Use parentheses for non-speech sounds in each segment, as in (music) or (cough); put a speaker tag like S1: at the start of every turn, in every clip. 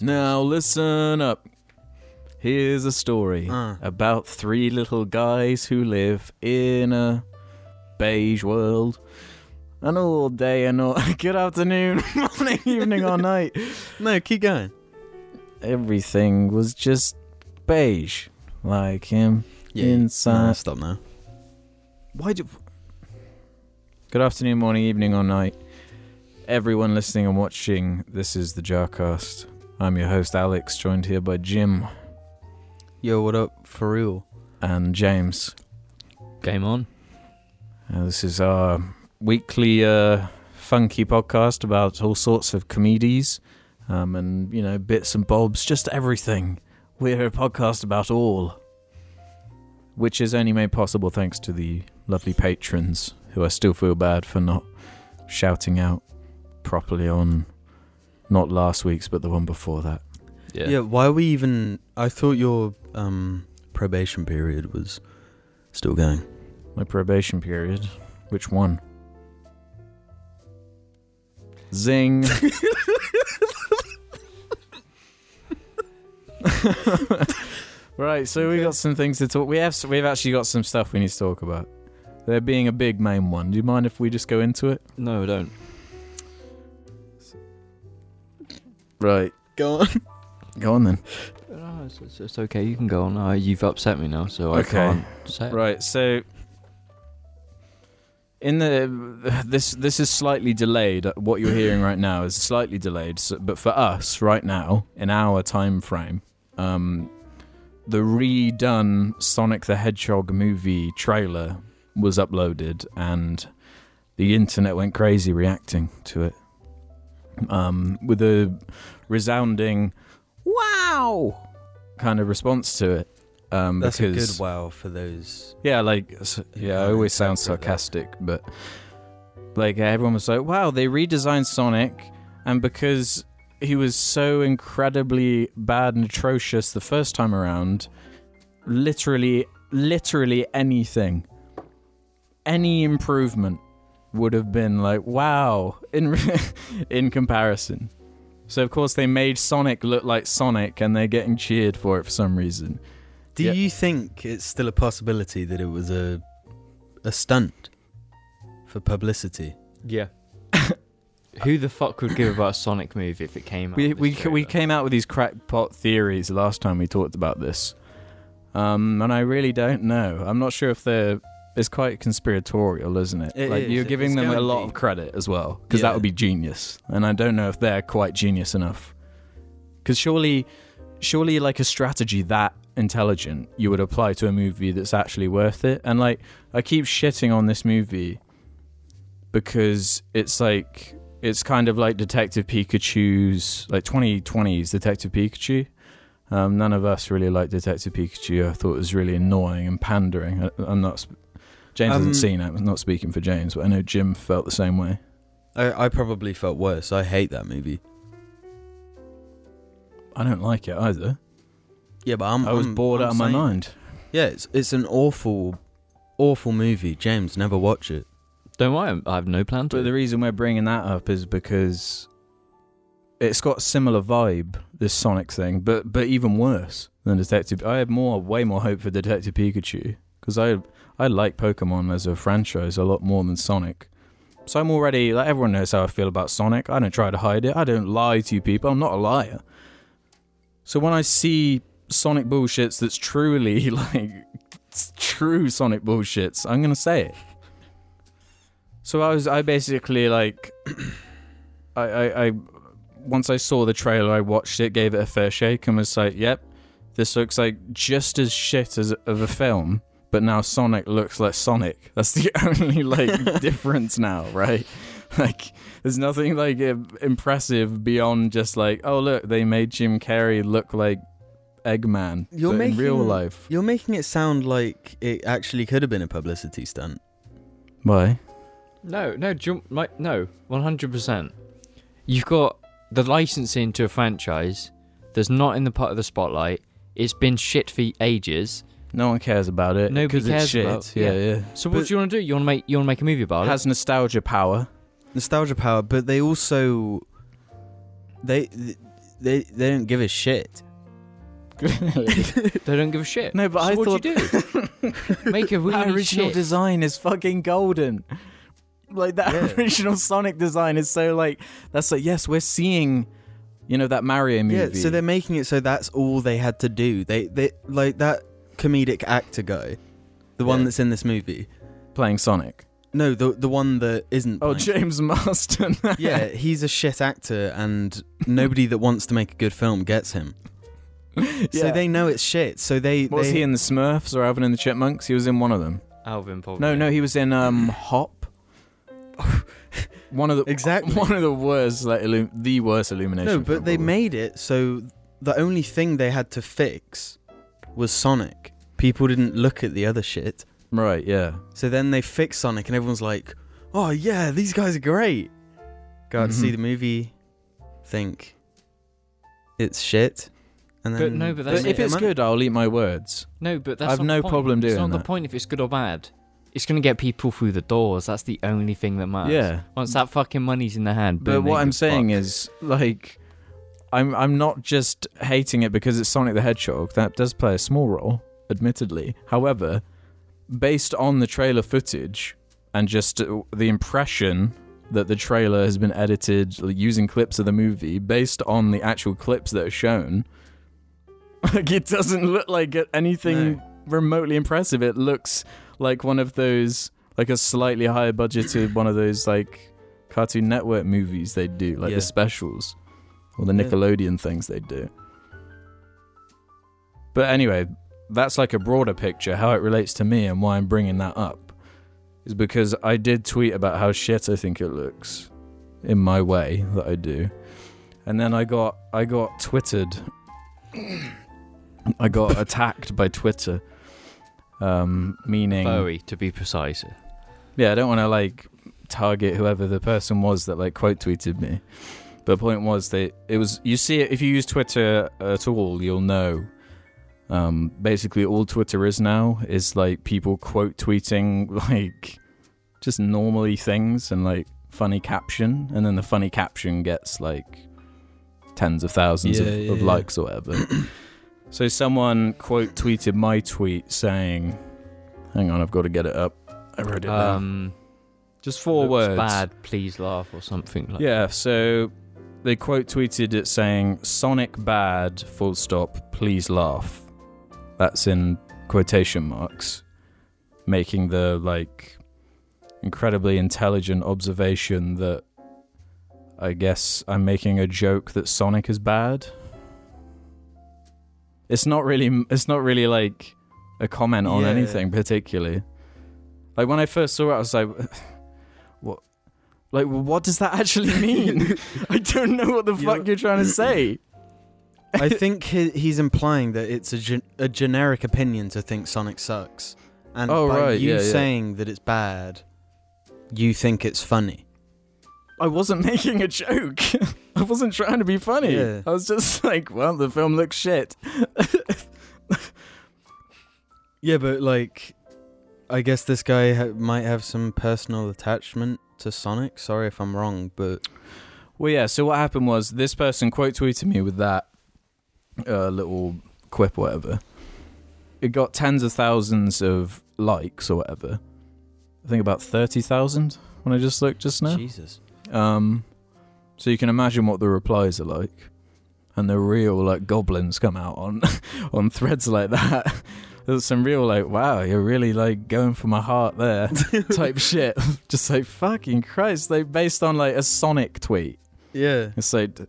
S1: Now listen up. Here's a story
S2: Uh.
S1: about three little guys who live in a beige world. And all day and all (laughs) good afternoon, (laughs) morning, evening, or night.
S2: No, keep going.
S1: Everything was just beige. Like him. Inside.
S2: Nah, stop now.
S1: Why do. Good afternoon, morning, evening, or night. Everyone listening and watching, this is the Jarcast. I'm your host, Alex, joined here by Jim
S2: Yo, what up? For real.
S1: and James.
S3: Game on.
S1: Uh, this is our weekly uh, funky podcast about all sorts of comedies um, and, you know, bits and bobs, just everything. We're a podcast about all, which is only made possible thanks to the lovely patrons who I still feel bad for not shouting out properly on not last week's, but the one before that.
S3: Yeah.
S2: Yeah, why are we even? I thought your um, probation period was still going.
S1: My probation period. Which one? Zing. right, so we got some things to talk. We have s- we've actually got some stuff we need to talk about. There being a big main one. Do you mind if we just go into it?
S3: No, don't.
S1: Right,
S2: Go on.
S1: go on then.
S3: No, it's, it's, it's okay. You can go on. Uh, you've upset me now, so I
S1: Okay.
S3: can't say it.
S1: Right, so in the this this is slightly delayed. Uh, What you're hearing right now is slightly delayed, so, but for us right now in our time frame, um, the redone Sonic the Hedgehog movie trailer was uploaded, and the internet went crazy reacting to it um, with a resounding "Wow" kind of response to it. Um,
S2: That's a
S1: because
S2: good wow for those.
S1: yeah, like s-
S2: You
S1: yeah, I
S2: can't
S1: always sound
S2: interpret that.
S1: sarcastic, but like everyone was like, "Wow, they redesigned Sonic," and because he was so incredibly bad and atrocious the first time around, literally, literally anything, any improvement would have been like, "Wow!" in re- (laughs) in comparison. So of course they made Sonic look like Sonic, and they're getting cheered for it for some reason.
S2: Do
S1: Yeah.
S2: you think it's still a possibility that it was a a stunt for publicity?
S3: Yeah. (laughs) Who the fuck would give about a Sonic movie if it came out?
S1: we
S3: of this
S1: we ca- we
S3: trailer?
S1: came out with these crackpot theories last time we talked about this, um, and I really don't know. I'm not sure if they're. It's quite conspiratorial, isn't it?
S2: It
S1: like
S2: is.
S1: you're
S2: It-
S1: giving
S2: it's
S1: them a
S2: going
S1: lot
S2: deep.
S1: of credit as well, because
S2: Yeah.
S1: that would be genius. And I don't know if they're quite genius enough. Because surely, surely, like a strategy that intelligent, you would apply to a movie that's actually worth it. And like, I keep shitting on this movie because it's like it's kind of like Detective Pikachu's like 2020's Detective Pikachu. Um, none of us really liked Detective Pikachu. I thought it was really annoying and pandering. I, I'm not. Sp- James
S2: Um,
S1: hasn't seen it. I'm not speaking for James, but I know Jim felt the same way.
S2: I, I probably felt worse. I hate that movie.
S1: I don't like it either.
S2: Yeah, but I'm.
S1: I was
S2: I'm-
S1: bored
S2: Mm, I'm
S1: out of my
S2: saying-
S1: mind.
S2: Yeah, it's it's an awful, awful movie. James, never watch it.
S3: Don't worry. I'm- I have no plan to.
S1: But the reason we're bringing that up is because it's got a similar vibe, this Sonic thing, but but even worse than Detective. I had more, way more hope for Detective Pikachu because I I like Pokemon as a franchise a lot more than Sonic. So I'm already like everyone knows how I feel about Sonic. I don't try to hide it. I don't lie to you people. I'm not a liar. So when I see Sonic bullshits that's truly (laughs) like it's true Sonic bullshits, I'm gonna say it. So I was I basically like (clears throat) I, I I once I saw the trailer I watched it, gave it a fair shake and was like, Yep, this looks like just as shit as of a film, but now Sonic looks like Sonic. (laughs) That's the only like
S3: (laughs)
S1: difference now, right? (laughs) Like there's nothing like im- impressive beyond just like, oh look, they made Jim Carrey look like Eggman
S2: You're
S1: but in real
S2: making-
S1: life.
S2: You're making it sound like it actually could have been a publicity stunt.
S1: Why?
S3: No, no, jump. My, no, one hundred percent. You've got the licensing to a franchise that's not in the part of the spotlight. It's been shit for ages.
S1: No one cares about it.
S3: Nobody
S1: 'cause
S3: cares
S1: it's shit.
S3: about-
S1: yeah,
S3: yeah.
S1: yeah.
S3: So
S2: But-
S3: what do you want to do? You want to make you want to make a movie about
S1: It has nostalgia power.
S2: nostalgia power, but they also they th- they they don't give a shit.
S1: (laughs)
S3: They don't give a shit.
S1: No, but
S3: so
S1: I
S3: what
S1: thought
S3: do you
S1: (laughs)
S3: do? Make
S1: that
S3: a really
S1: original
S3: shit.
S1: design is fucking golden. Like that
S2: Yeah.
S1: (laughs) original Sonic design is so like that's like yes, we're seeing, you know, that Mario movie.
S2: Yeah, so they're making it so that's all they had to do. They they like that comedic actor guy, the one
S1: Yeah.
S2: that's in this movie.
S1: playing Sonic.
S2: No, the the one that isn't.
S1: Oh, (laughs)
S2: playing.
S1: James (laughs) Marston.
S2: yeah, he's a shit actor, and nobody that wants to make a good film gets him. (laughs) So
S1: Yeah.
S2: they know it's shit. So they
S1: was
S2: they,
S1: he in the Smurfs or Alvin and the Chipmunks? He was in one of them.
S3: Alvin probably.
S1: No, no, he was in um Hop. one of the (laughs)
S2: Exactly.
S1: one of the worst like illu- the worst illumination.
S2: No, but
S1: film
S2: they
S1: ever.
S2: made it so the only thing they had to fix was Sonic. People didn't look at the other shit.
S1: right. Yeah,
S2: So then they fixed Sonic, and everyone's like, "Oh yeah, these guys are great." Go out to see
S1: Mhm.
S2: the movie, think it's shit, and
S3: But
S2: then
S3: no, but
S2: they
S3: that's-
S1: but
S2: make
S1: if
S2: their
S1: it's
S2: money.
S1: good, I'll eat my words.
S3: No, but that's
S1: I've
S3: not the
S1: no
S3: point.
S1: problem
S3: It's
S1: doing
S3: not the
S1: that.
S3: point if it's good or bad. It's gonna get people through the doors. That's the only thing that matters.
S1: Yeah,
S3: Once that fucking money's in the hand.
S1: but what I'm saying is like. I'm I'm not just hating it because it's Sonic the Hedgehog. That does play a small role, admittedly. However, based on the trailer footage and just uh, the impression that the trailer has been edited using clips of the movie, based on the actual clips that are shown, (laughs) like it doesn't look like anything
S2: No.
S1: remotely impressive. It looks like one of those, like a slightly higher budgeted one of those like Cartoon Network movies they do, like
S2: Yeah.
S1: the specials or the
S2: Yeah.
S1: Nickelodeon things they do. But anyway, that's like a broader picture. How it relates to me and why I'm bringing that up is because I did tweet about how shit I think it looks in my way that I do, and then I got I got twittered. I got attacked by Twitter, um, meaning
S3: Bowie, to be precise.
S1: yeah, I don't want to like target whoever the person was that like quote tweeted me. But the point was that it was you see it if you use Twitter at all, you'll know. Um, basically, all Twitter is now is like people quote tweeting (laughs) like just normally things and like funny caption, and then the funny caption gets like tens of thousands
S2: Yeah,
S1: of,
S2: yeah,
S1: of
S2: yeah.
S1: likes or
S2: (clears throat)
S1: whatever. so someone quote tweeted my tweet saying, "Hang on, I've got to get it up. I wrote it down."
S2: Ah,
S3: Um,
S1: Just four
S3: looks
S1: words.
S3: Bad. Please laugh or something (laughs) like.
S1: Yeah, so they quote tweeted it saying Sonic bad, full stop, please laugh. That's in quotation marks. Making the like incredibly intelligent observation that I guess I'm making a joke that Sonic is bad. It's not really it's not really like a comment on
S2: Yeah.
S1: anything particularly. Like when I first saw it I was like what like what does that (laughs) actually mean? I don't know what the
S2: You
S1: fuck
S2: know-
S1: you're trying (clears throat) to say.
S3: (laughs)
S2: I think he, he's implying that it's a, gen- a generic opinion to think Sonic sucks, and
S1: Oh,
S2: by
S1: right, yeah,
S2: you
S1: yeah.
S2: saying that it's bad, you think it's funny.
S1: I wasn't making a joke. (laughs) I wasn't trying to be funny.
S2: Yeah.
S1: I was just (laughs) like, well, the film looks shit.
S2: Yeah, but like, I guess this guy ha- might have some personal attachment to Sonic. Sorry if I'm wrong, but
S1: Well, yeah. So what happened was this person quote tweeted me with that uh, little quip, or whatever. It got tens of thousands of likes or whatever. I think about thirty thousand when I just looked just now.
S2: Jesus,
S1: Um, so you can imagine what the replies are like, and the real like goblins come out on (laughs) on threads like that. (laughs) There's some real like, wow, you're really like going for my heart there type shit. (laughs) Just like fucking Christ, they based on like a Sonic tweet.
S2: yeah,
S1: It's like,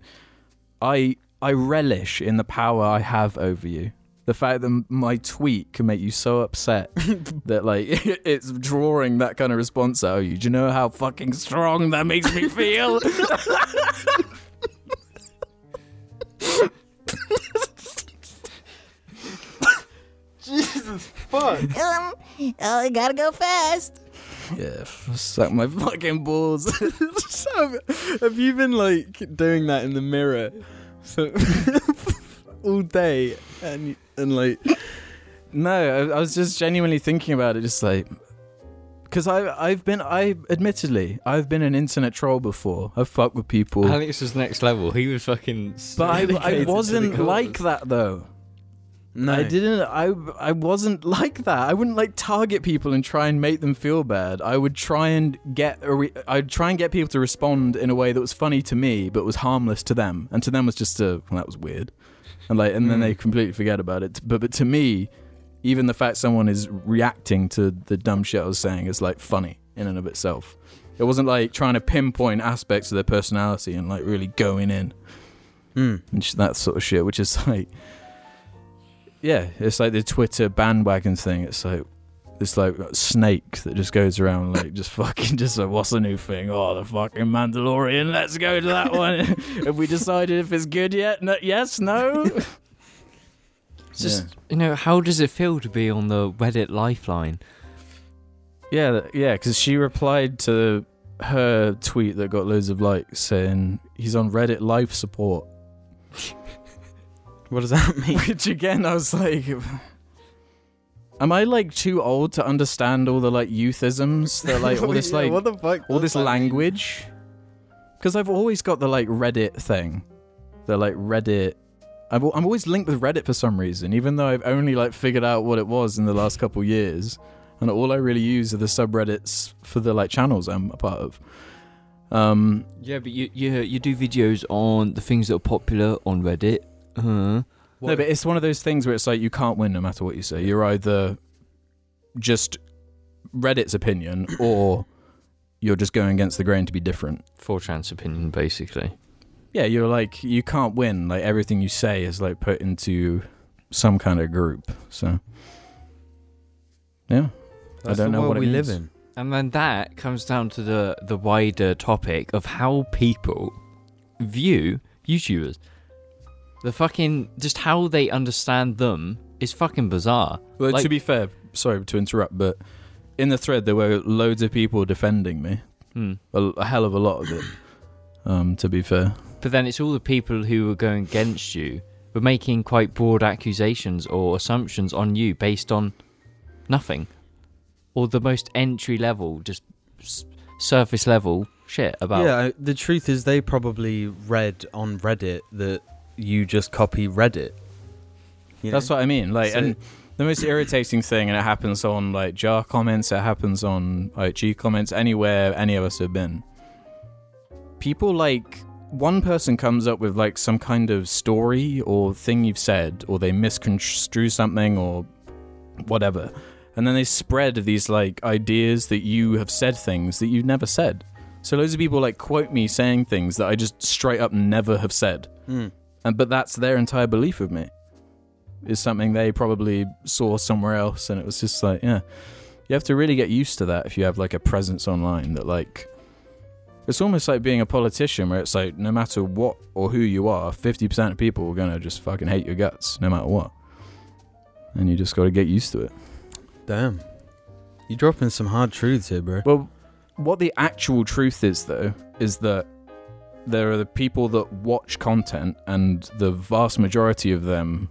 S1: I I relish in the power I have over you. The fact that my tweet can make you so upset that like (laughs) it's drawing that kind of response out of you. Do you know how fucking strong that makes me feel?
S4: um, (laughs) oh, gotta go fast.
S1: yeah, f- suck my fucking balls. (laughs)
S2: have you been like doing that in the mirror
S1: (laughs)
S2: for all day and and like
S1: no, I, I was just genuinely thinking about it. Just like, because I I've been I admittedly I've been an internet troll before. I've fucked with people,
S3: Alex was next level. He was fucking.
S1: (laughs) but I, I
S2: dedicated to the
S1: wasn't
S2: cause.
S1: like that though.
S2: No,
S1: I didn't. I I wasn't (laughs) like that. I wouldn't like target people and try and make them feel bad. I would try and get a re- I'd try and get people to respond in a way that was funny to me, but was harmless to them, and to them was just a well, that was weird, and like and then
S2: Mm.
S1: they completely forget about it. But but to me, even the fact someone is reacting to the dumb shit I was saying is like funny in and of itself. It wasn't like trying to pinpoint aspects of their personality and like really going in
S2: Mm.
S1: and sh- that sort of shit, which is (laughs) like, yeah, it's like the Twitter bandwagon thing. It's like this like snake that just goes around like just (laughs) fucking just like what's the new thing? Oh, the fucking Mandalorian. Let's go to that one. (laughs) Have we decided if it's good yet? No, yes, no.
S3: It's just you know how does it feel to be on the Reddit lifeline?
S1: Yeah, th- yeah, because she replied to her tweet that got loads of likes saying he's on Reddit life support,
S2: What does that (laughs) mean?
S1: which again I was like. Am I like too old to understand all the like euthisms
S2: (laughs)
S1: that like all this
S2: Yeah,
S1: like
S2: what the fuck?
S1: all
S2: does
S1: this
S2: that mean?
S1: language? Because I've always got the like Reddit thing, the like Reddit. I've, al- I'm always linked with Reddit for some reason, even though I've only like figured out what it was in the last couple years, and all I really use are the subreddits for the like channels I'm a part of. Um,
S3: Yeah, but you you you do videos on the things that are popular on Reddit. Uh,
S1: no, but it's one of those things where it's like you can't win no matter what you say. You're either just Reddit's (coughs) opinion, or you're just going against the grain to be different.
S3: Four chance opinion basically.
S1: yeah, you're like you can't win. Like everything you say is like put into some kind of group. So yeah,
S2: That's
S1: I don't
S2: the
S1: know
S2: world
S1: what it
S2: we live
S1: means.
S2: in.
S3: And then that comes down to the the wider topic of how people view YouTubers. The fucking just how they understand them is fucking bizarre.
S1: well,
S3: Like-
S1: to be fair, sorry to interrupt, but in the thread there were loads of people defending me.
S3: Hmm.
S1: A, a hell of a lot of it. Um, to be fair,
S3: But then it's all the people who were going against you were making quite broad accusations or assumptions on you based on nothing or the most entry level, just s- surface level shit about.
S2: Yeah, I, the truth is they probably read on Reddit that you just copy Reddit. You
S1: that's
S2: know?
S1: what I mean. Like,
S2: So-
S1: and the most irritating thing, and it happens on like jar comments, it happens on like G comments, anywhere any of us have been. People like one person comes up with like some kind of story or thing you've said, or they misconstrue something or whatever, and then they spread these like ideas that you have said things that you've never said. So loads of people like quote me saying things that I just straight up never have said
S2: Mm.
S1: and but that's their entire belief of me is something they probably saw somewhere else and it was just like yeah you have to really get used to that if you have like a presence online that like it's almost like being a politician where it's like no matter what or who you are 50% of people are going to just fucking hate your guts no matter what and you just got to get used to it
S2: Damn. You're dropping some hard truths here, bro.
S1: Well, what the actual truth is, though, is that there are the people that watch content, and the vast majority of them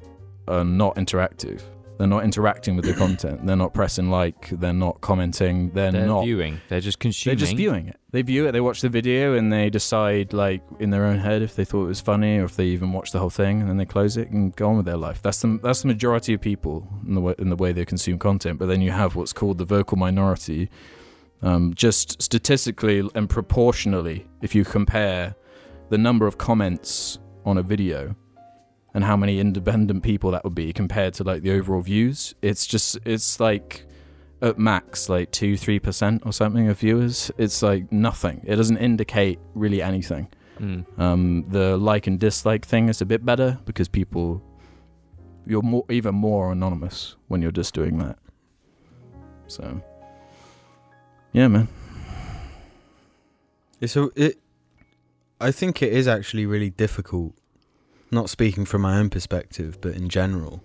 S1: are not interactive. They're not interacting with the content. They're not pressing like. They're not commenting. They're,
S3: they're
S1: not.
S3: viewing. They're just
S1: They're
S3: consuming.
S1: just viewing it. They view it. They watch the video, and they decide, like in their own head, if they thought it was funny or if they even watched the whole thing, and then they close it and go on with their life. That's the that's the majority of people in the way, in the way they consume content. But then you have what's called the vocal minority. Um, just statistically and proportionally, if you compare the number of comments on a video and how many independent people that would be compared to like the overall views, it's just it's like at max like 2 3% or something of viewers it's like nothing it doesn't indicate really anything
S3: Mm.
S1: um, the like and dislike thing is a bit better because people you're more even more anonymous when you're just doing that so yeah man
S2: It's a, it. I think it is actually really difficult. Not speaking from my own perspective, but in general,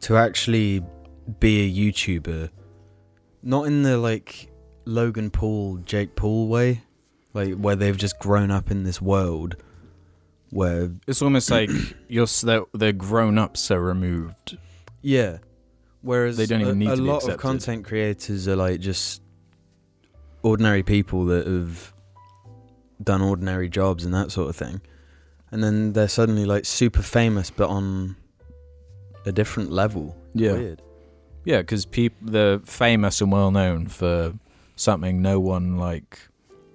S2: to actually be a YouTuber, not in the like Logan Paul, Jake Paul way, like where they've just grown up in this world, where
S1: (clears throat) it's almost like you're s- they're, they're grown up so removed
S2: yeah, Whereas
S1: They don't even
S2: a,
S1: need to
S2: a
S1: be
S2: lot of
S1: accepted.
S2: content creators are like just ordinary people that have done ordinary jobs and that sort of thing, and then they're suddenly like super famous, but on a different level.
S1: Yeah.
S2: Weird.
S1: Yeah, because people they're famous and well known for something no one like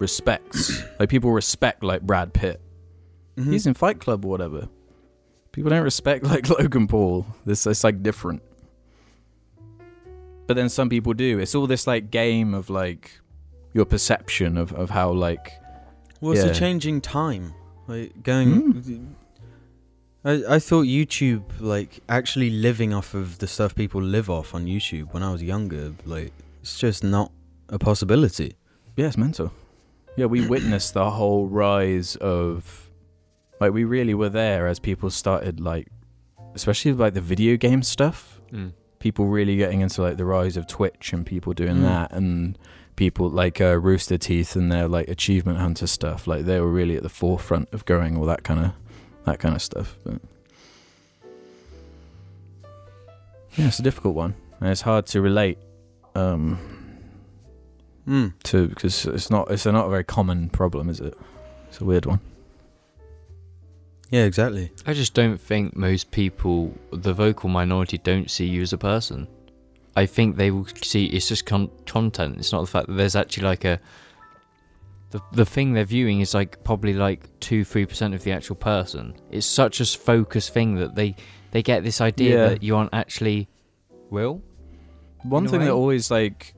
S1: respects. like people respect like Brad Pitt.
S2: Mhm.
S1: He's in Fight Club or whatever. People don't respect (laughs) like Logan Paul. This it's like different. But then some people do. It's all this like game of like your perception of, of how like
S2: Well, it's
S1: Yeah. Hmm?
S2: a changing time. Like going, I I thought YouTube like actually living off of the stuff people live off on YouTube when I was younger. Like it's just not a possibility.
S1: Yeah, it's mental. Yeah, we witnessed the whole rise of like we really were there as people started like especially like the video game stuff.
S3: Mm.
S1: People really getting into like the rise of Twitch and people doing
S2: Mm.
S1: that and people like uh, Rooster Teeth and their like achievement hunter stuff. Like they were really at the forefront of going all that kind of that kind of stuff. But yeah, it's a difficult one. And it's hard to relate um
S2: Mm.
S1: to because it's not it's not a very common problem, is it? It's a weird one.
S2: Yeah, exactly.
S3: I just don't think most people, the vocal minority, don't see you as a person. I think they will see it's just con- content. It's not the fact that there's actually like a the the thing they're viewing is like probably like two three percent of the actual person. It's such a s- focused thing that they they get this idea
S1: Yeah.
S3: that you aren't actually Will.
S1: One
S3: In a
S1: thing that
S3: way.
S1: always like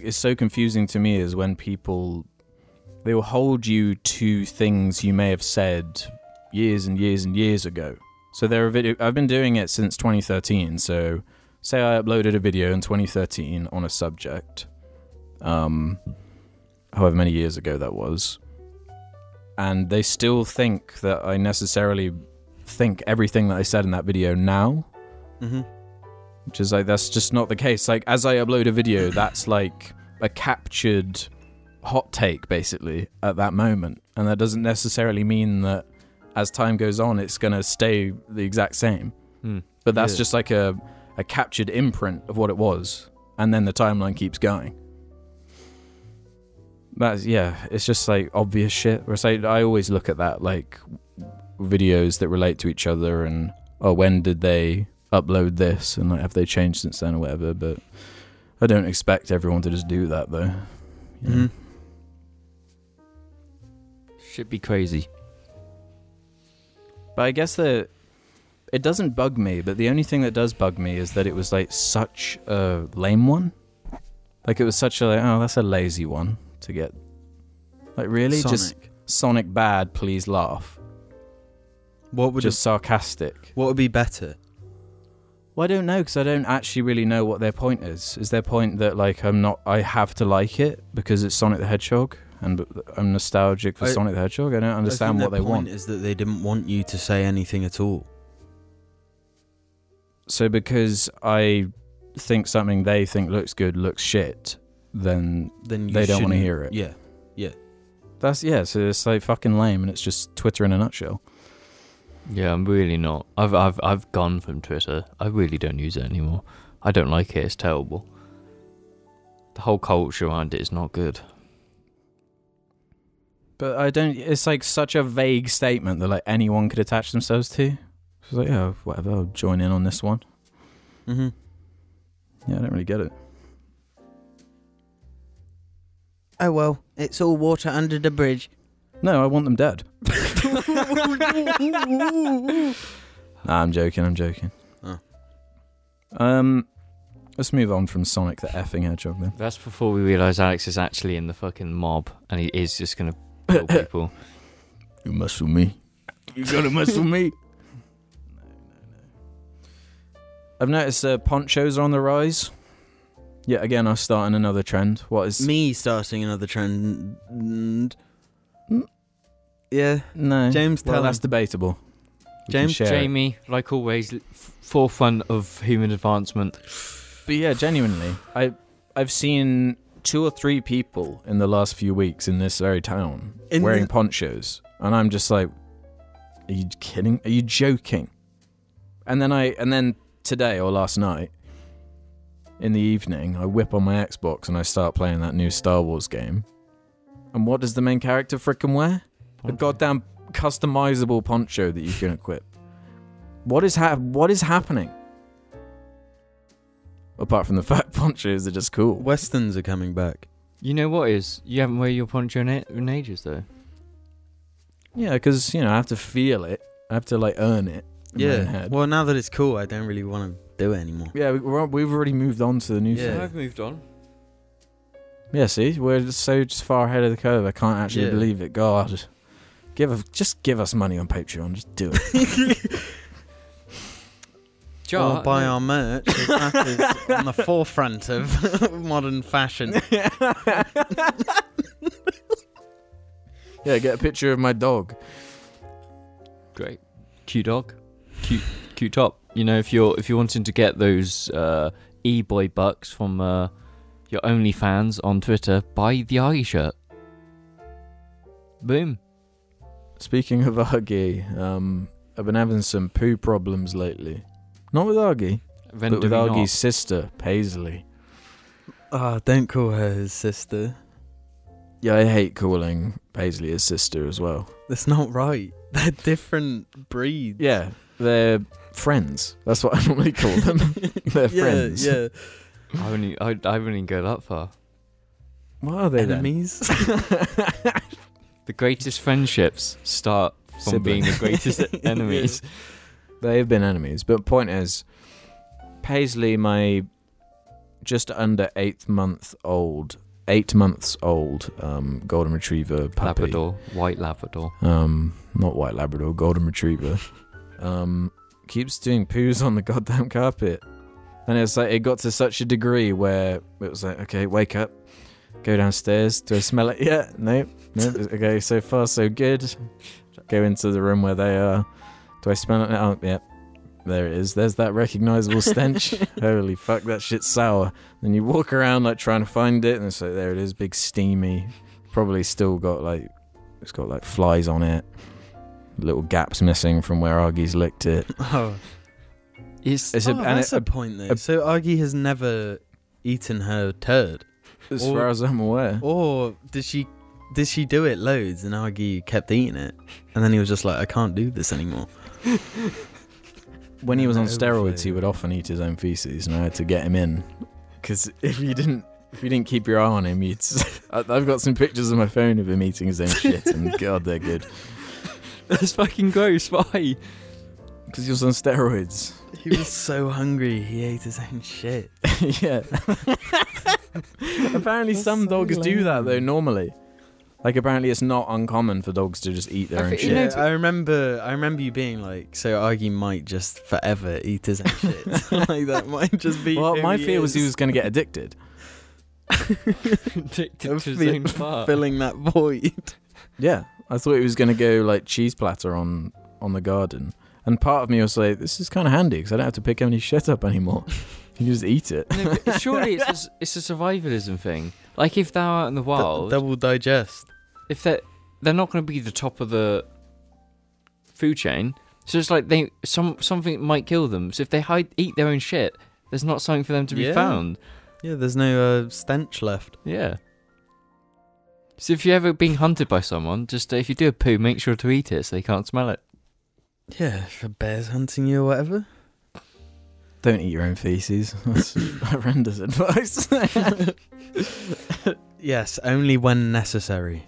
S1: is so confusing to me is when people they will hold you to things you may have said years and years and years ago. So there are video I've been doing it since 2013. So say I uploaded a video in 2013 on a subject um however many years ago that was and they still think that I necessarily think everything that I said in that video now
S2: Mm-hmm.
S1: which is like that's just not the case like as i upload a video that's like a captured hot take basically at that moment and that doesn't necessarily mean that as time goes on it's going to stay the exact same
S3: Hmm.
S1: but that's
S3: Yeah.
S1: just like a, a captured imprint of what it was and then the timeline keeps going that's yeah it's just like obvious shit Whereas I i always look at that like videos that relate to each other and oh when did they upload this and like have they changed since then or whatever but i don't expect everyone to just do that though you know?
S2: hmm
S3: Should be crazy.
S1: But I guess that it doesn't bug me, but the only thing that does bug me is that it was like such a lame one. Like it was such a like, oh, that's a lazy one to get. Like really just
S2: Sonic.
S1: Sonic bad, please laugh.
S2: what would
S1: just sarcastic.
S2: what would be better?
S1: Well, I don't know because I don't actually really know what their point is. Is their point that like I'm not I have to like it because it's Sonic the Hedgehog and b- I'm nostalgic for
S2: I-
S1: Sonic the Hedgehog? I don't understand
S2: I
S1: what
S2: think
S1: they
S2: their point
S1: want.
S2: is that they didn't want you to say anything at all.
S1: So because I think something they think looks good looks shit, then
S2: Then you
S1: They don't wanna
S2: shouldn't-
S1: hear it.
S2: Yeah,
S1: that's yeah. So it's like fucking lame, and it's just Twitter in a nutshell.
S3: Yeah, I'm really not. I've I've I've gone from Twitter. I really don't use it anymore. I don't like it. It's terrible. The whole culture around it is not good.
S1: But I don't. It's like such a vague statement that like anyone could attach themselves to. It's like oh whatever, I'll join in on this one.
S2: mm-hmm.
S1: Yeah, I don't really get it.
S2: Oh well, it's all water under the bridge.
S1: No, I want them
S2: (laughs)
S1: dead. Nah, I'm joking. I'm joking.
S2: Oh.
S1: Um, let's move on from Sonic the effing Hedgehog then.
S3: That's before we realise Alex is actually in the fucking mob and he is just gonna kill people.
S1: You mess with me. You gotta mess with (laughs) me. I've noticed uh, ponchos are on the rise. Yet again, I'm starting another trend. What is
S2: Me starting another trend. and-
S1: Mm.
S2: Yeah,
S1: No,
S2: James,
S1: Well,
S2: tell
S1: that's
S2: us.
S1: debatable. We can
S2: James-
S1: share it.
S3: Jamie, like always, l- f- forefront of human advancement.
S1: But yeah, genuinely, I I've seen two or three people in the last few weeks in this very town
S2: In
S1: wearing
S2: the-
S1: ponchos, and I'm just like, are you kidding? Are you joking? And then I and then today or last night, in the evening, I whip on my Xbox and I start playing that new Star Wars game. And what does the main character frickin' wear? A goddamn customizable poncho that you can equip. What is ha- what is happening? Apart from the (laughs) fact ponchos are just cool.
S2: Westerns are coming back.
S3: You know what is? You haven't wear your poncho in, a- in ages though.
S1: Yeah, because you know I have to feel it. I have to like earn it. in my own head.
S2: Well, now that it's cool, I don't really want to do it anymore.
S1: Yeah, we- we're, we've already moved on to the new
S2: Yeah.
S1: thing.
S3: I've moved on.
S1: Yeah, see, we're just so just far ahead of the curve. I can't actually
S2: Yeah.
S1: believe it. God, give a, just give us money on Patreon. Just do
S2: (laughs)
S1: it.
S2: or buy our merch. It's matters on the forefront of (laughs) modern fashion.
S1: yeah, get a picture of my dog.
S3: Great. Cute dog. Cute cute top. You know, if you're if you're wanting to get those uh e boy bucks from uh your OnlyFans on Twitter, buy the Augie shirt. Boom.
S1: Speaking of Argy, um, I've been having some poo problems lately. Not with Argy, but with
S3: Rendering
S1: Argy's sister, Paisley.
S2: Ah, don't call her his sister.
S1: Yeah, I hate calling Paisley his sister as well.
S2: That's not right. (laughs) They're different breeds.
S1: Yeah, they're friends. That's what I (laughs) normally call them. they're
S2: yeah,
S1: friends. (laughs)
S2: Yeah,
S3: not. I only I, I haven't even go that far.
S1: What are they (laughs) then?
S2: enemies.
S3: The greatest friendships start from being the
S2: (laughs)
S3: greatest
S1: e-,
S3: enemies.
S1: They have been enemies, but point is, Paisley, my just under eight month old, eight months old um, golden retriever puppy,
S3: Labrador, white Labrador.
S1: um, not white Labrador, golden retriever, um, keeps doing poos on the goddamn carpet, and it's like it got to such a degree where it was like, okay, wake up, go downstairs, do I smell it? Yeah, no, no, okay, so far so good. Go into the room where they are. Do I smell it? Oh, yeah. There it is. There's that recognizable stench. Holy fuck, that shit's sour. Then you walk around like trying to find it, and it's like there it is, big steamy. Probably still got like it's got like flies on it. Little gaps missing from where Argy's licked it.
S2: Oh,
S3: It's
S1: It's
S2: oh,
S1: a- and
S2: that's
S1: it- e-,
S2: a point though.
S1: a-
S2: so Argy has never eaten her turd,
S1: uh, As
S2: Or-
S1: far as I'm aware.
S2: or did she? Did she do it loads and Argy kept eating it, and then he was just like, I can't do this anymore.
S1: (laughs) when he was on
S2: No
S1: steroids, he
S2: flavour.
S1: would often eat his own feces, and I had to get him in. Because if you didn't, if you didn't keep your eye on him, you'd. s- (laughs) I- I've got some pictures on my phone of him eating his own shit, (laughs) and God, they're good.
S3: That's fucking gross. Why? (laughs)
S1: Because he was on steroids. (laughs)
S2: He was so hungry he ate his own shit.
S1: yeah. apparently,
S2: That's
S1: some
S2: so
S1: dogs do that
S2: lame.
S1: though. Normally, like apparently, it's not uncommon for dogs to just eat their
S3: I
S1: own
S3: think-
S1: shit.
S3: you know,
S2: Yeah, I remember. I remember you being like, "So Argy might just forever eat his own shit. (laughs)
S1: (laughs)
S3: (laughs)
S2: like that might just be."
S1: well,
S2: who
S1: my fear was he
S2: is.
S1: was going to get addicted.
S3: Addicted to his
S2: Fi-
S3: own fart.
S2: filling that void. (laughs)
S1: Yeah, I thought he was going to go like cheese platter on on the garden, and part of me was like, this is kind of handy because I don't have to pick any shit up anymore. (laughs) you just eat it.
S3: (laughs)
S1: (laughs)
S3: No, but surely it's a, s- it's a survivalism thing. Like if they're out in the wild,
S2: double digest.
S3: if they're they're not going to be the top of the food chain, so it's like they some something might kill them. So if they hide eat their own shit, there's not something for them to be
S2: Yeah.
S3: found.
S2: Yeah, there's no uh, stench left.
S3: Yeah. So if you're ever being hunted by someone, just uh, if you do a poo, make sure to eat it so they can't smell it.
S2: Yeah, if a bear's hunting you or whatever.
S1: Don't eat your own feces. (laughs) That's horrendous advice. (laughs)
S2: Yes, only when necessary.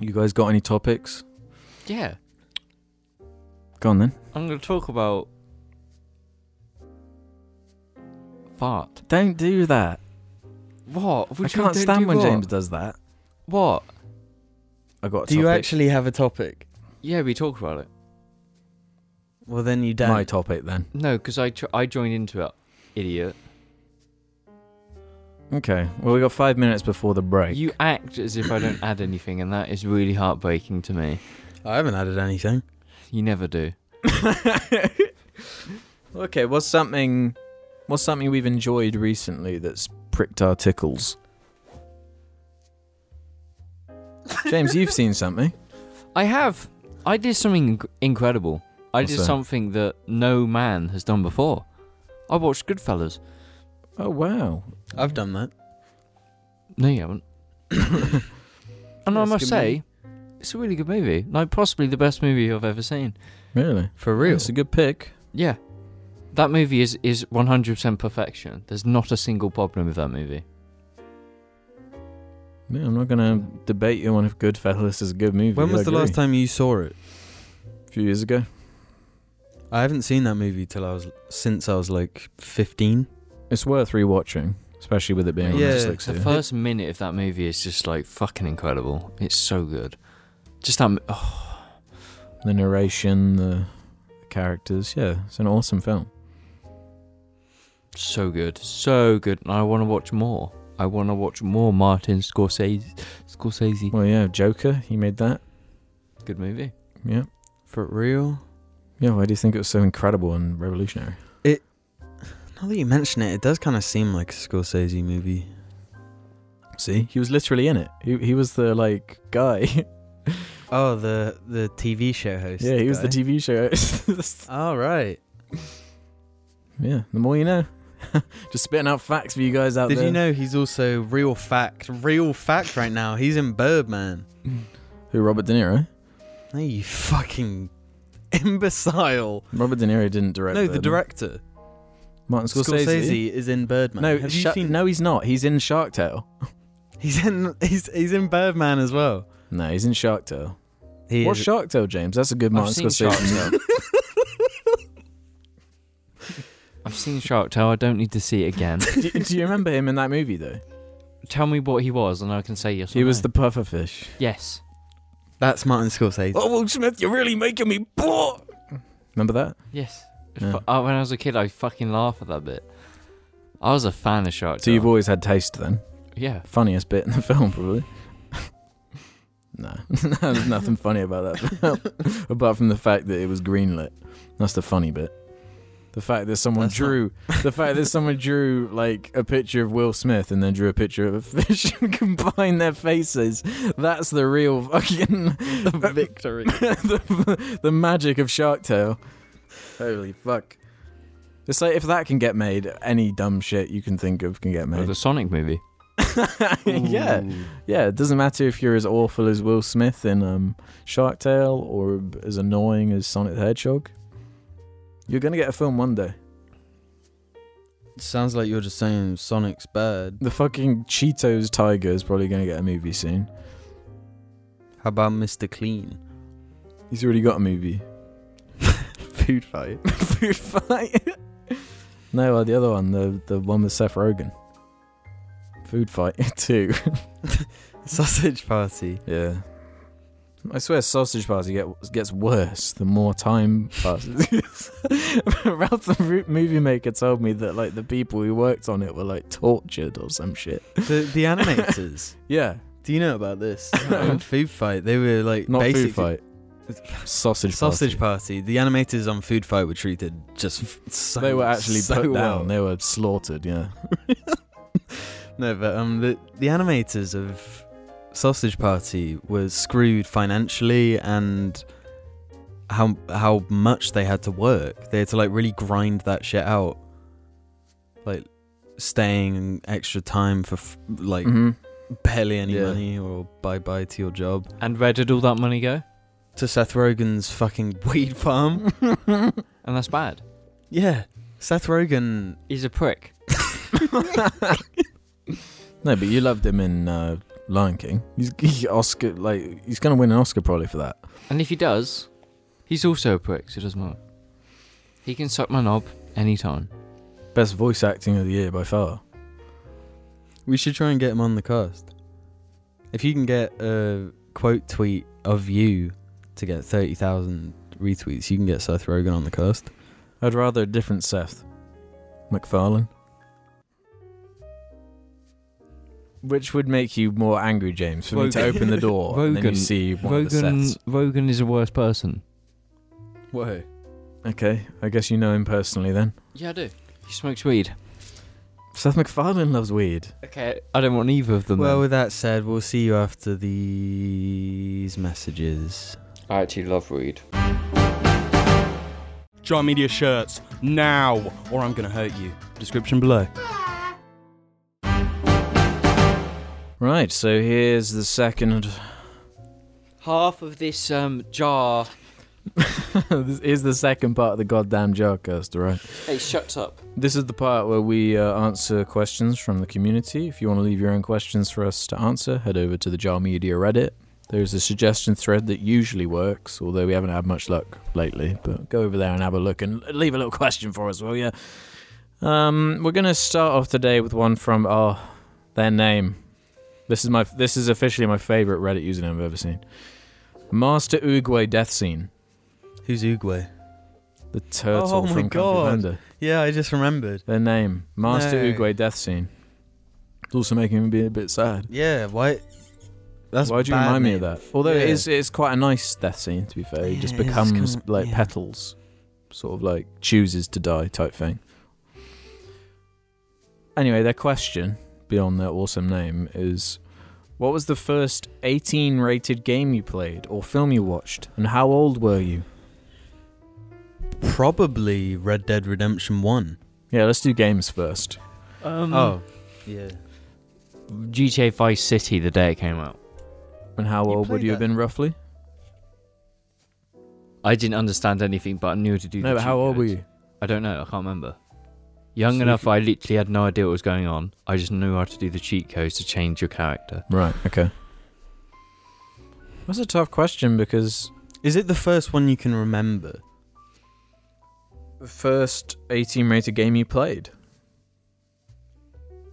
S1: you guys got any topics?
S3: Yeah,
S1: Go on then.
S3: I'm going to talk about fart.
S1: Don't do that.
S3: What? What
S1: I
S3: do you mean
S1: can't
S3: don't
S1: stand
S3: do
S1: when
S3: what?
S1: James does that.
S3: What?
S1: I got. A
S2: Do you
S1: topic.
S2: actually have a topic?
S3: Yeah, we talked about it.
S2: Well, then you don't.
S1: My topic then.
S3: No, because I tr- I joined into it, idiot.
S1: Okay. Well, we got five minutes before the break.
S3: You act as if I don't add anything, and that is really heartbreaking to me.
S2: I haven't added anything.
S3: You never do.
S1: (laughs) okay. What's something? What's something we've enjoyed recently that's pricked our tickles? James,
S2: (laughs)
S1: you've seen something.
S3: I have. I did something inc- incredible. I
S1: What's
S3: did
S1: that?
S3: something that no man has done before. I watched Goodfellas.
S1: Oh wow.
S2: I've done that.
S3: No, you haven't. and I
S2: That's a
S3: must
S2: good
S3: say, it's a really good movie. Like possibly the best movie I've ever seen.
S1: Really?
S2: For real.
S1: It's a good pick.
S3: Yeah, that movie is is 100% perfection. There's not a single problem with that movie.
S1: Yeah, I'm not gonna debate you on if Goodfellas is a good movie.
S2: When was
S1: I
S2: the last
S1: agree.
S2: time you saw it?
S1: A few years ago.
S2: I haven't seen that movie till I was since I was like 15.
S1: It's worth rewatching, especially with it being on
S2: Yeah,
S1: Netflix.
S3: The
S1: here.
S3: first minute of that movie is just like fucking incredible. It's so good. Just that. m- Oh,
S1: the narration, the characters. Yeah, it's an awesome film.
S3: so good. So good. And I want to watch more. I want to watch more Martin Scorsese. Scorsese.
S1: Well, yeah, Joker. He made that.
S3: Good movie.
S1: Yeah,
S2: For real?
S1: yeah. Why do you think it was so incredible and revolutionary?
S2: Now that you mention it, it does kind of seem like a Scorsese movie.
S1: See, he was literally in it. He he was the like (laughs) guy.
S2: Oh, the the TV show host.
S1: yeah, he was the TV show. host. (laughs)
S2: Oh, right.
S1: yeah, the more you know. (laughs) Just spitting out facts for you guys out
S2: Did
S1: there.
S2: you know he's also real fact, real fact right now? He's in Birdman.
S1: who Robert De Niro?
S2: No, you fucking imbecile.
S1: Robert De Niro didn't direct.
S2: No, the
S1: Birdman.
S2: director.
S1: Martin
S2: Scorsese,
S1: Scorsese.
S2: is in Birdman.
S1: No,
S2: Have
S1: sha-
S2: you seen?
S1: no, he's not. He's in Shark Tale.
S2: He's in. He's he's in Birdman as well.
S1: No, he's in Shark Tale.
S2: He
S1: What's
S2: is-
S1: Shark Tale, James? That's a good Martin
S3: seen
S1: Scorsese.
S3: Shark Tale. I've seen Shark Tale. I don't need to see
S1: (laughs)
S3: it
S1: (laughs)
S3: again.
S1: do, you- do you remember him in that movie though?
S3: Tell me what he was, and I can say yes.
S1: He
S3: or
S1: was
S3: no.
S1: the pufferfish.
S3: yes.
S2: (laughs) That's Martin Scorsese.
S1: Oh, Will Smith, you're really making me poor. Remember that?
S3: Yes.
S1: Yeah.
S3: Fu- uh, when I was a kid, I fucking laugh at that bit. I was a fan of Shark Tale.
S1: So you've always had taste then.
S3: yeah.
S1: Funniest bit in the (laughs) film, probably. no, (laughs) there's nothing funny about that film, (laughs) apart from the fact that it was greenlit. That's the funny bit. The fact that someone
S2: That's not-
S1: drew, the fact that someone drew like a picture of Will Smith and then drew a picture of a fish (laughs) and combined their faces. That's the real fucking (laughs)
S2: (laughs) victory.
S1: the, the magic of Shark Tale. Holy fuck. It's like if that can get made, any dumb shit you can think of can get
S3: Or
S1: made.
S3: the Sonic movie.
S1: (laughs) yeah,
S2: Ooh.
S1: yeah. It doesn't matter if you're as awful as Will Smith in um, Shark Tale or as annoying as Sonic the Hedgehog. You're gonna get a film one day.
S2: Sounds like you're just saying Sonic's bad.
S1: The fucking Cheetos Tiger is probably gonna get a movie soon.
S2: How about Mr. Clean?
S1: He's already got a movie.
S2: (laughs)
S1: (laughs)
S2: Food fight.
S1: Food fight. (laughs) no, uh, the other one, the the one with Seth Rogen. Food fight (laughs) two.
S2: (laughs) Sausage party.
S1: Yeah. I swear, Sausage Party get, gets worse the more time passes. (laughs) Ralph the Root movie maker told me that like the people who worked on it were like tortured or some shit.
S2: The the (laughs) animators.
S1: (laughs) Yeah,
S2: Do you know about (laughs) this? On food fight, they were like
S1: not
S2: basically
S1: Food Fight. Sausage
S2: Sausage
S1: Party.
S2: party. The animators on Food Fight were treated just f- so
S1: they were actually
S2: so
S1: put
S2: well.
S1: down. They were slaughtered. Yeah.
S2: No, but um, the the animators of Sausage Party were screwed financially and how how much they had to work. They had to like really grind that shit out, like staying extra time for f- like
S1: hmm
S2: barely any
S1: Yeah.
S2: money or bye bye to your job.
S3: And where did all that money go?
S2: To Seth Rogen's fucking (laughs) weed
S1: Mm-hmm.
S2: farm.
S3: And that's bad.
S2: yeah, Seth Rogen.
S3: He's a prick.
S1: (laughs) No, but you loved him in uh, Lion King. He's (laughs) he Oscar like he's gonna win an Oscar probably for that.
S3: And if he does, he's also a prick, so it doesn't matter. He can suck my knob anytime.
S1: Best voice acting of the year by far.
S2: We should try and get him on the cast. If you can get a quote tweet of you to get 30,000 retweets, you can get Seth Rogen on the cast.
S1: I'd rather a different Seth. McFarlane. Which would make you more angry, James, for me to
S3: Rogan.
S1: open the door and then you
S3: Rogan.
S1: see one of the
S3: Rogan,
S1: Seths.
S3: Rogan is a worse person.
S2: Whoa.
S1: Okay, I guess you know him personally then.
S3: Yeah, I do. He smokes weed.
S1: Seth MacFarlane loves weird.
S3: Okay, I don't want either of them.
S2: Well,
S3: then.
S2: with that said, we'll see you after these messages.
S3: I actually love weed.
S5: Giant Media shirts now, or I'm gonna hurt you. Description below.
S1: Right, so here's the second. (laughs)
S3: Half of this um, jar.
S1: this is the second part of the goddamn jarcaster, right?
S3: Hey, shut up.
S1: This is the part where we uh, answer questions from the community. If you want to leave your own questions for us to answer, head over to the Jar Media Reddit. There's a suggestion thread that usually works, although we haven't had much luck lately. But go over there and have a look and leave a little (laughs) question for us, will you? Um, we're gonna start off today with one from oh, their name. This is my this is officially my favorite Reddit username I've ever seen. Master Uguay Death Scene,
S2: Who's Uguay?
S1: the turtle
S2: Oh my
S1: from Kung Fu
S2: God.
S1: Panda.
S2: Yeah, I just remembered.
S1: Their name, Master
S2: No.
S1: Uguay Death Scene. It's also making me be a bit sad.
S2: Yeah, why? That's
S1: Why do you
S2: bad
S1: remind me
S2: name.
S1: of that? Although it
S2: Yeah.
S1: is it's quite a nice death scene to be fair. He
S2: Yeah,
S1: just
S2: it is
S1: becomes
S2: kinda-
S1: like
S2: yeah.
S1: petals, sort of like chooses to die type thing. Anyway, their question beyond their awesome name is, what was the first 18-rated game you played or film you watched, and how old were you?
S2: Probably Red Dead Redemption One.
S1: Yeah, let's do games first.
S3: Um,
S2: Oh, yeah.
S3: GTA Vice City the day it came out.
S1: And how
S2: You
S1: old would
S2: played
S1: you have
S2: that?
S1: been roughly?
S3: I didn't understand anything, but I knew to do.
S1: No,
S3: the
S1: but how
S3: cheat
S1: old were
S3: codes.
S1: you?
S3: I don't know. I can't remember. Young
S1: So
S3: enough,
S1: if you-
S3: I literally had no idea what was going on. I just knew how to do the cheat codes to change your character.
S1: Right. Okay. That's a tough question because
S2: Is it the first one you can remember?
S1: the first 18 rated game you played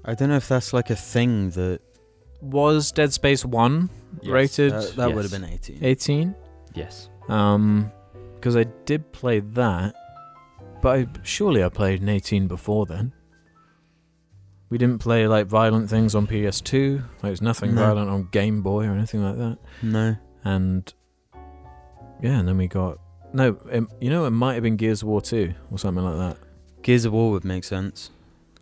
S2: I don't know if that's like a thing that
S1: was Dead Space 1 rated
S2: that, that
S3: Yes.
S2: would have been eighteen.
S1: 18.
S3: Yes.
S1: Um, because I did play that, but I, surely I played an 18 before then. We didn't play like violent things on PS2. Like, there was nothing
S2: No.
S1: violent on Game Boy or anything like that.
S2: No.
S1: And yeah, and then we got no. It, you know, it might have been Gears of War 2 or something like that.
S2: Gears of War would make sense.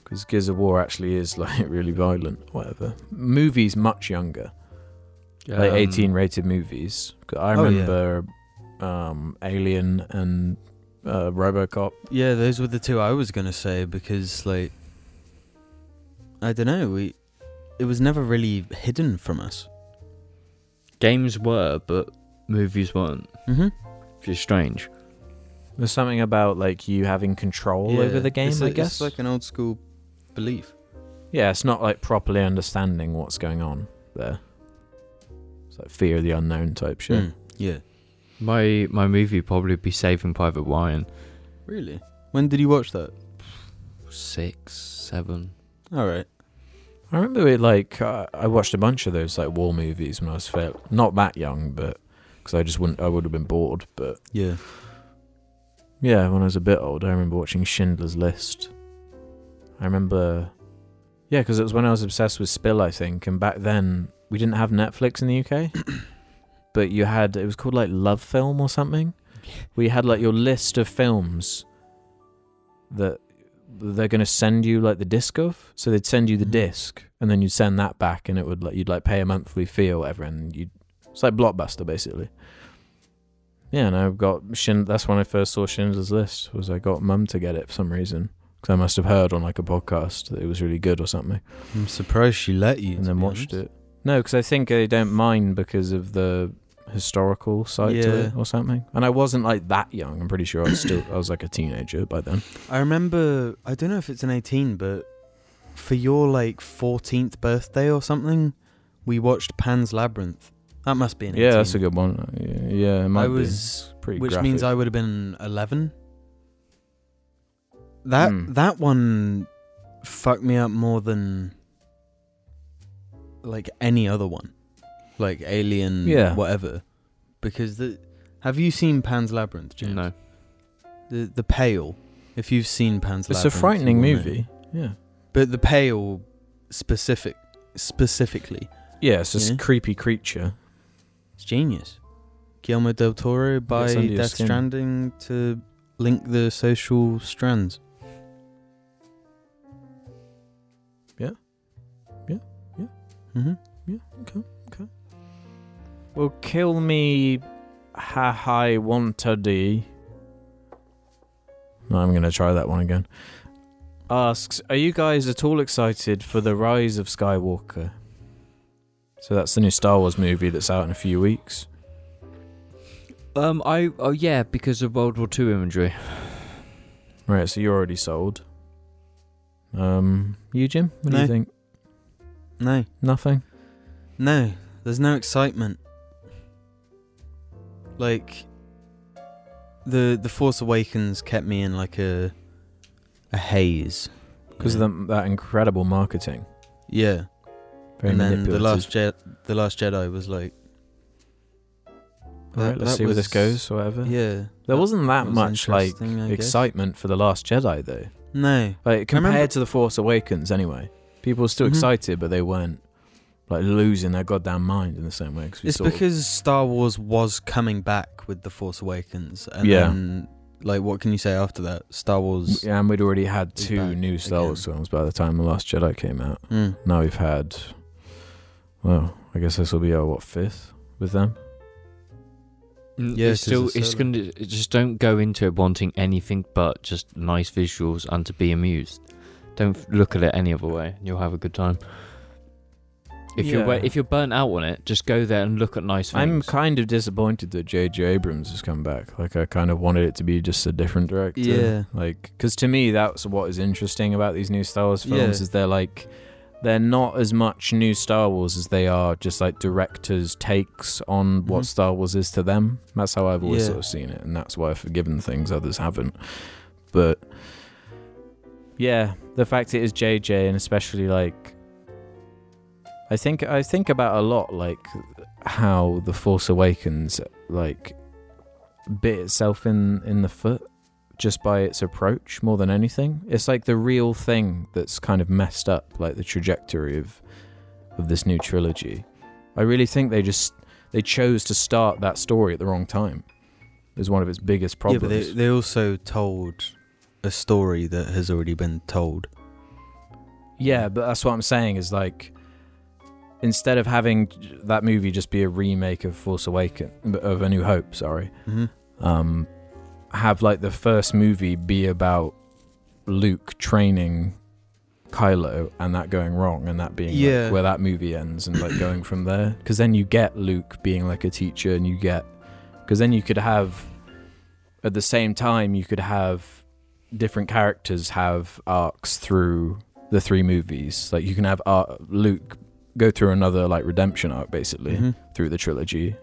S1: because Gears of War actually is (laughs) like really violent, whatever. Movies much younger, like
S3: Um,
S1: eighteen rated movies. 'Cause I
S2: Oh, yeah.
S1: remember um, Alien and uh, RoboCop.
S2: Yeah, those were the two I was gonna say because like I don't know, we it was never really hidden from us.
S3: Games were, but movies weren't.
S2: Mm-hmm.
S3: Which is strange.
S1: There's something about like you having control over the game,
S2: it's
S1: I
S2: a-
S1: guess.
S2: It's like an old school belief.
S1: yeah, it's not like properly understanding what's going on there. It's like fear of the unknown type shit.
S2: Mm, Yeah.
S3: My my movie would probably be Saving Private Ryan.
S2: Really? When did you watch that?
S3: Six, seven.
S2: All right.
S1: I remember it like uh, I watched a bunch of those like war movies when I was fair, not that young, but because I just wouldn't, I would have been bored, but.
S2: Yeah.
S1: Yeah, when I was a bit older, I remember watching Schindler's List. I remember, yeah, because it was when I was obsessed with Spill, I think, and back then we didn't have Netflix in the UK, but you had it was called like Love Film or something. We had like your list of films that they're going to send you like the disc of. So they'd send you the
S2: Mhm.
S1: disc, and then you'd send that back, and it would like you'd like pay a monthly fee or whatever, and you it's like Blockbuster basically. Yeah, and I got Schind- that's when I first saw Schindler's List. Was I got mum to get it for some reason because I must have heard on like a podcast that it was really good or something,
S2: I'm surprised she let you.
S1: and
S2: to
S1: then
S2: be
S1: watched it.
S2: honest.
S1: No, because I think they don't mind because of the historical side to it
S2: Yeah.
S1: or something. And I wasn't like that young. I'm pretty sure I was still I was like a teenager by then.
S2: I remember. I don't know if it's an 18, but for your like 14th birthday or something, we watched Pan's Labyrinth. That must be an 18.
S1: Yeah, that's a good one. Yeah, it might
S2: I
S1: be.
S2: was,
S1: Pretty
S2: which
S1: graphic.
S2: means I would have been 11. That
S1: Hmm.
S2: that one fucked me up more than like any other one, like Alien,
S1: Yeah.
S2: whatever. Because the have you seen Pan's Labyrinth, James?
S3: No.
S2: The the Pale. If you've seen Pan's
S1: It's
S2: Labyrinth,
S1: a
S2: you
S1: frightening
S2: will know.
S1: movie. Yeah.
S2: But the pale specific specifically.
S1: Yeah, it's this
S2: Yeah.
S1: creepy creature.
S2: It's genius. Guillermo del Toro by
S1: under your
S2: Death
S1: skin.
S2: Stranding to link the social strands.
S1: Yeah. Yeah. Yeah.
S2: hmm
S1: Well, kill me, ha hi, wantadi. I'm going to try that one again. Asks, are you guys at all excited for the rise of Skywalker? So that's the new Star Wars movie that's out in a few weeks.
S3: Um, I oh yeah, because of World War Two imagery.
S1: Right, so you're already sold. Um, you, Jim? What do
S2: No.
S1: you think?
S2: No,
S1: Nothing.
S2: no, there's no excitement. Like the the Force Awakens kept me in like a a haze
S1: Because
S2: yeah.
S1: of the, that incredible marketing.
S2: yeah.
S1: Very
S2: and then the
S1: manipulative.
S2: last Je- the last Jedi was like
S1: All right,
S2: that-
S1: let's
S2: that
S1: see where this
S2: was-
S1: goes, or whatever.
S2: yeah
S1: There wasn't that
S2: was
S1: much like
S2: interesting, I guess.
S1: excitement for the Last Jedi, though.
S2: no
S1: Like
S2: I remember-
S1: compared to the Force Awakens, anyway, people were still
S2: Mhm.
S1: excited, but they weren't like losing their goddamn mind in the same way. Cause we
S2: It's
S1: sort of-
S2: because Star Wars was coming back with The Force Awakens, and
S1: Yeah.
S2: then, like, what can you say after that? Star Wars.
S1: yeah, and we'd already had
S2: It's
S1: two
S2: back
S1: new Star
S2: again.
S1: Wars films by the time the Last Jedi came out.
S2: Mm.
S1: Now we've had, well, I guess this will be our what fifth with them.
S2: Yeah, 'cause
S3: it's still
S2: it's
S3: it's
S2: solo.
S3: gonna it just don't go into it wanting anything but just nice visuals and to be amused. Don't f- look at it any other way. You'll have a good time. If you're wa-
S1: Yeah.
S3: if you're burnt out on it, just go there and look at nice things.
S1: I'm kind of disappointed that J.J. Abrams has come back. Like I kind of wanted it to be just a different director.
S2: Yeah.
S1: Like, because to me, that's what is interesting about these new Star Wars films
S2: Yeah.
S1: is they're like, they're not as much new Star Wars as they are just like directors' takes on what
S2: Mhm.
S1: Star Wars is to them. That's how I've always
S2: Yeah.
S1: sort of seen it, and that's why I've forgiven things others haven't. But yeah, the fact it is JJ, and especially like, I think I think about a lot like how the Force Awakens like bit itself in in the foot just by its approach more than anything. It's like the real thing that's kind of messed up, like the trajectory of of this new trilogy. I really think they just they chose to start that story at the wrong time. Is one of its biggest
S2: Yeah,
S1: problems.
S2: but they, they also told a story that has already been told.
S1: Yeah, but that's what I'm saying is like instead of having j- that movie just be a remake of Force Awaken of A New Hope, sorry.
S2: Mm-hmm.
S1: Um have like the first movie be about Luke training Kylo and that going wrong and that being like,
S2: Yeah.
S1: where that movie ends and like going from there because then you get Luke being like a teacher and you get because then you could have at the same time you could have different characters have arcs through the three movies like you can have uh, Luke go through another like redemption arc basically
S2: Mm-hmm.
S1: through the trilogy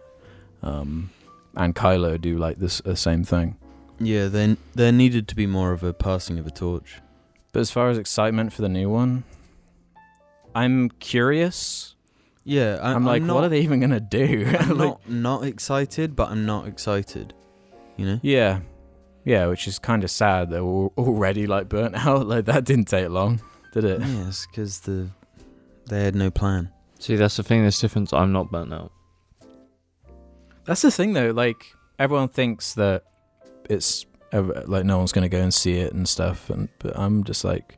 S1: um and Kylo do like this the same thing
S2: Yeah, then there needed to be more of a passing of a torch.
S1: But as far as excitement for the new one, I'm curious.
S2: Yeah, I,
S1: I'm, like,
S2: not,
S1: what are they (laughs) even gonna do? (laughs) Like,
S2: I'm not not excited, but I'm not excited. You know.
S1: yeah, yeah, which is kind of sad. They're al- already like burnt (laughs) out. Like that didn't take long, did it?
S2: Yes, because the they had no plan.
S3: See, that's the thing. That's difference. I'm not burnt out.
S1: That's the thing though. Like everyone thinks that it's ev- like no one's gonna go and see it and stuff. And but I'm just like.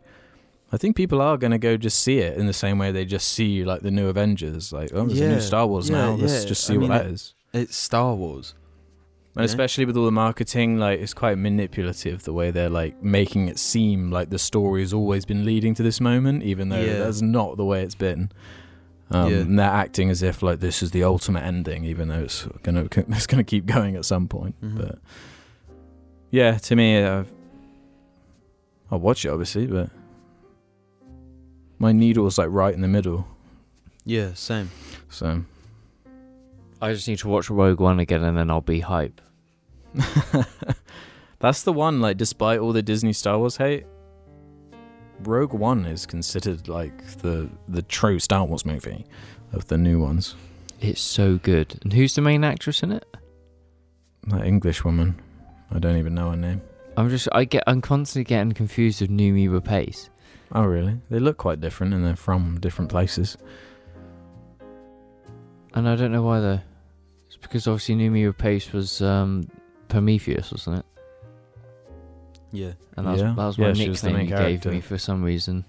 S1: I think people are gonna go just see it in the same way they just see like the new Avengers, like oh, there's a
S2: Yeah,
S1: new Star Wars
S2: yeah,
S1: now. Let's
S2: yeah.
S1: just
S2: I
S1: see what
S2: mean,
S1: that is.
S2: It's Star Wars.
S1: And
S2: Yeah.
S1: especially with all the marketing, like it's quite manipulative the way they're like making it seem like the story has always been leading to this moment, even though
S2: Yeah.
S1: that's not the way it's been. Um,
S2: Yeah.
S1: And they're acting as if like this is the ultimate ending, even though it's gonna (laughs) it's gonna keep going at some point.
S2: Mhm.
S1: But yeah, to me, I've, I'll watch it obviously, but my needle's like right in the middle,
S2: Yeah, same.
S1: so.
S3: I just need to watch Rogue One again, and then I'll be hype.
S1: That's the one, like, despite all the Disney Star Wars hate, Rogue One is considered like the the true Star Wars movie of the new ones.
S3: It's so good. And who's the main actress in it?
S1: That English woman, I don't even know her name.
S3: I'm just I get I'm constantly getting confused with Noomi Rapace.
S1: Oh, really? They look quite different, and they're from different places.
S3: And I don't know why though. It's because obviously Noomi Rapace was um, Prometheus, wasn't it?
S2: Yeah.
S3: And that was,
S1: Yeah.
S3: that was my
S1: Yeah, she was the
S3: nickname
S1: main
S3: you gave
S1: character.
S3: me for some reason.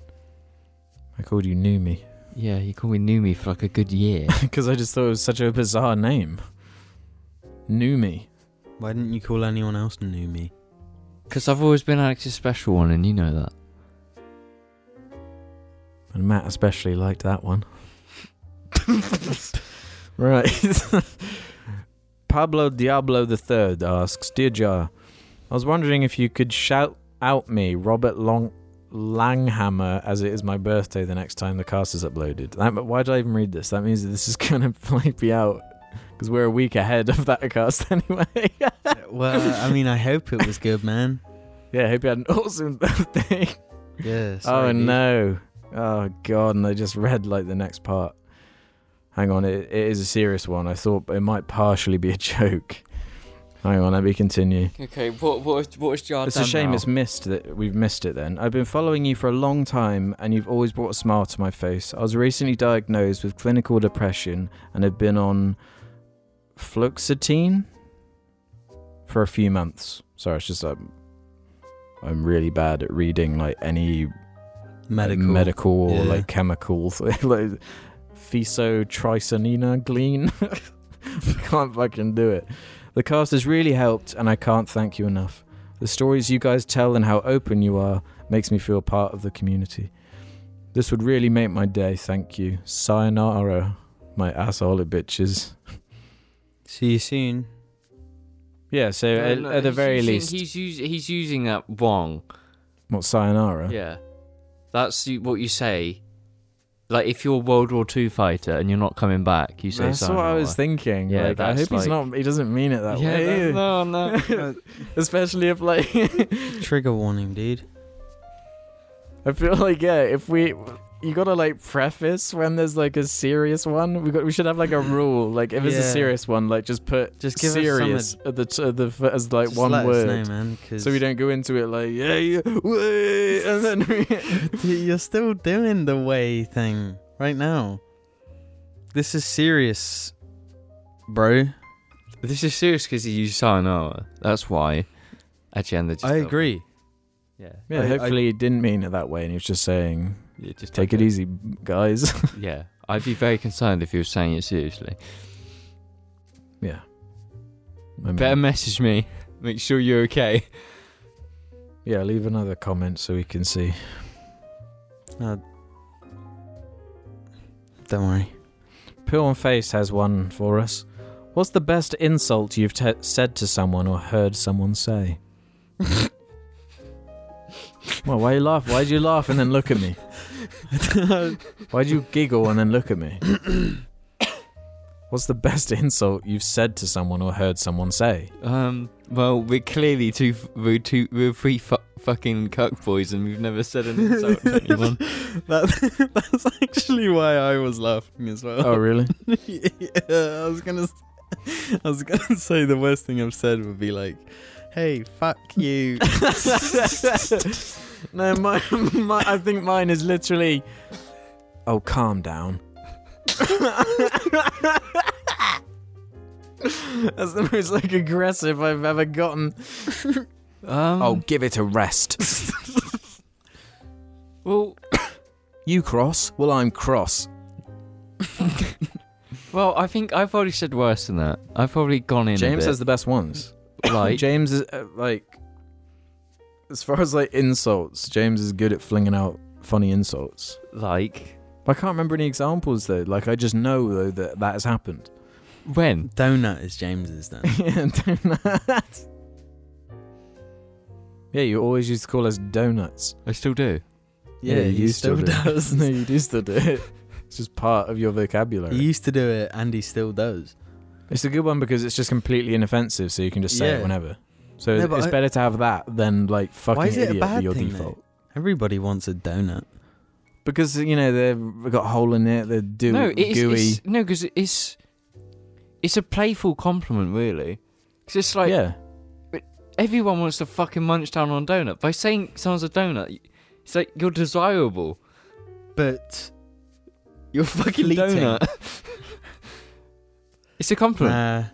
S1: I called you Numi (laughs)
S3: Yeah, you called me Noomi for like a good year.
S1: because I just thought it was such a bizarre name. Numi.
S2: Why didn't you call anyone else Numi?
S3: Because I've always been Alex's special one, and you know that.
S6: And Matt especially liked that
S1: (laughs)
S6: one. right.
S1: Pablo Diablo III asks, Dear Jar, I was wondering if you could shout out me Robert Long Langhammer as it is my birthday the next time the cast is uploaded. That, but why did I even read this? That means that this is (laughs) going to like be out because we're a week ahead of that cast (laughs) anyway.
S2: well, I mean, I hope it was good, man.
S1: yeah, hope you had an awesome (laughs) birthday.
S2: Yeah.
S1: (laughs) oh
S2: sorry, dude.
S1: no. Oh god, and I just read like the next part. Hang on, it, it is a serious one. I thought it might partially be a (laughs) joke. Hang on, let me continue.
S3: Okay, what what what is Jar?
S1: It's a shame it's missed that we've missed it then. I've been following you for a long time and you've always brought a smile to my face. I was recently diagnosed with clinical depression and have been on fluoxetine for a few months. Sorry, it's just um, I'm really bad at reading like any
S2: Medical.
S1: like medical or
S2: Yeah.
S1: like chemical th- (laughs) like fesotricinina glean (laughs) can't fucking do it the cast has really helped and i can't thank you enough the stories you guys tell and how open you are makes me feel part of the community this would really make my day thank you sayonara my asshole bitches
S2: See you soon.
S1: yeah so at, at the very least
S3: he's using he's using that wrong.
S1: what sayonara
S3: Yeah, that's you- what you say. Like if you're a World War Two fighter and you're not coming back, you say
S1: that's what i was
S3: sayonara.
S1: thinking
S3: Yeah,
S1: like, i
S3: that's
S1: hope he's
S3: like-
S1: not he doesn't mean it that
S3: Yeah,
S1: way
S3: that- no, no.
S1: (laughs) especially if (laughs) like
S2: Trigger warning, dude.
S1: I feel (laughs) like yeah, if we you gotta like preface when there's like a serious one. We got we should have
S2: (laughs)
S1: like a rule. Like if it's a
S2: Yeah.
S1: serious one, like just put
S2: Just give us some
S1: serious at the t- at the f- as like
S2: Just
S1: one
S2: let
S1: word,
S2: Us know, man, 'cause (laughs)
S1: so we don't go into it like yeah, yeah way, and then we,
S2: Dude, You're still doing the way thing right now. This is serious, bro.
S3: This is serious because he used sayonara. That's why. Actually, and they just
S2: I agree.
S3: Yeah,
S1: (laughs) yeah.
S2: I-
S1: hopefully, it didn't mean it that way, and he was just saying
S3: yeah just
S1: (laughs) take it easy, guys. (laughs)
S3: Yeah, I'd be very concerned if he was saying it seriously.
S1: yeah. I mean,
S3: Better message me. Make sure you're okay.
S1: yeah, leave another comment so we can see.
S2: Don't
S1: (laughs)
S2: worry.
S1: Pill and Face has one for us. What's the best insult you've te- said to someone or heard someone (laughs) say? well, why you laugh? Why do you laugh and then look at (laughs) me? Why do you giggle and then look at (coughs) me? What's the best insult you've said to someone or heard someone say?
S3: Um. Well, we're clearly two. f- We're two. We're three fu- fucking cuck boys, and we've never said an insult
S1: (laughs)
S3: to anyone.
S2: That, that's actually why I was laughing as well.
S1: Oh, really?
S2: (laughs) yeah, I was gonna, s- (laughs) I was gonna say the worst thing I've said would be like, "Hey, fuck (laughs) you."
S1: (laughs) no, my, my, I think mine is literally. Oh, calm down. (laughs) That's the most like aggressive I've ever gotten.
S3: Um.
S1: Oh, give it a rest.
S3: Well.
S1: You cross? Well, I'm cross.
S3: Well, I think I've already said worse than that. I've probably gone in.
S1: James
S3: a
S1: has the best ones.
S3: bit, like.
S1: James is uh, like, as far as like insults, James is good at flinging out funny insults.
S3: like
S1: I can't remember any examples though. Like I just know though that that has happened.
S3: when?
S2: Donut is James's (laughs) then.
S1: yeah, donuts. (laughs) Yeah, you always used to call us donuts.
S3: I still do.
S1: Yeah, you still do.
S2: (laughs) does.
S1: No, you used to do it. It's just part of your vocabulary.
S2: He used to do it, and he still does.
S1: It's a good one because it's just completely inoffensive, so you can just say it
S2: Yeah.
S1: whenever. So
S2: No,
S1: it-
S2: but
S1: it's
S2: I-
S1: better to have that than like fucking
S2: Why is it a
S1: idiot be
S2: bad
S1: your
S2: thing, though?
S1: default.
S2: Everybody wants a donut.
S1: Because you know they've got a hole in it. They're do-
S3: no, it's,
S1: gooey.
S3: it's no because it's it's a playful compliment really. Because it's like
S1: yeah,
S3: everyone wants to fucking munch down on donut. By saying someone's a donut, it's like you're desirable.
S2: But
S3: You're a fucking
S2: Fleeting.
S3: donut. (laughs) it's a compliment,
S2: uh,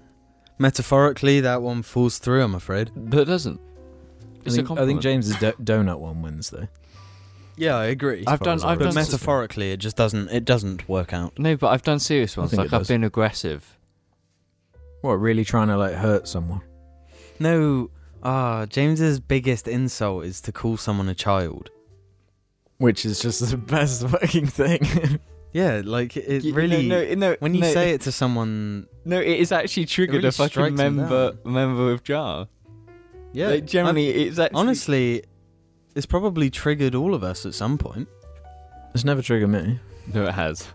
S2: metaphorically, that one falls through. I'm afraid.
S3: but it doesn't.
S1: I
S3: It's a
S1: think, I
S3: compliment.
S1: think James's do- donut one wins though.
S2: Yeah, I agree.
S3: I've
S1: far
S3: done.
S1: as I
S3: I've
S2: but
S3: done.
S1: remember.
S3: s-
S2: metaphorically, it just doesn't. It doesn't work out.
S3: No, but I've done serious ones.
S1: think
S3: Like
S1: it
S3: I've
S1: does.
S3: been aggressive.
S1: What really trying to like hurt someone?
S2: No, Ah, James's biggest insult is to call someone a child.
S1: Which is just the (laughs) best fucking thing.
S2: Yeah, like it
S3: Y-
S2: really.
S3: no, no, no,
S2: when you
S3: no,
S2: say it to someone,
S3: no, it is actually triggered
S2: really
S3: a fucking
S2: strikes 'em
S3: member member of Jar.
S2: yeah,
S3: like, generally, it's
S2: I-
S3: actually
S2: honestly, it's probably triggered all of us at some point.
S1: it's never triggered me.
S3: no, it has.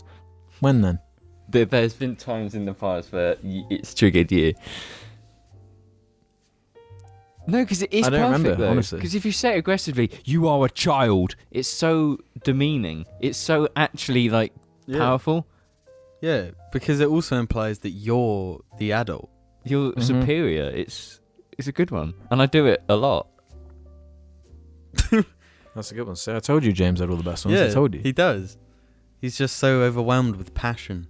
S1: When then?
S3: There, there's been times in the past where y- it's triggered you. No, because it is
S1: I don't
S3: perfect
S1: remember, honestly.
S3: Because if you say it aggressively, you are a child. It's so demeaning. It's so actually like powerful.
S2: Yeah, because it also implies that you're the adult.
S3: You're
S1: Mhm.
S3: superior. It's it's a good one, and I do it a lot.
S1: That's a good one. See, I told you James had all the best ones. I told you.
S2: he does. He's just so overwhelmed with passion.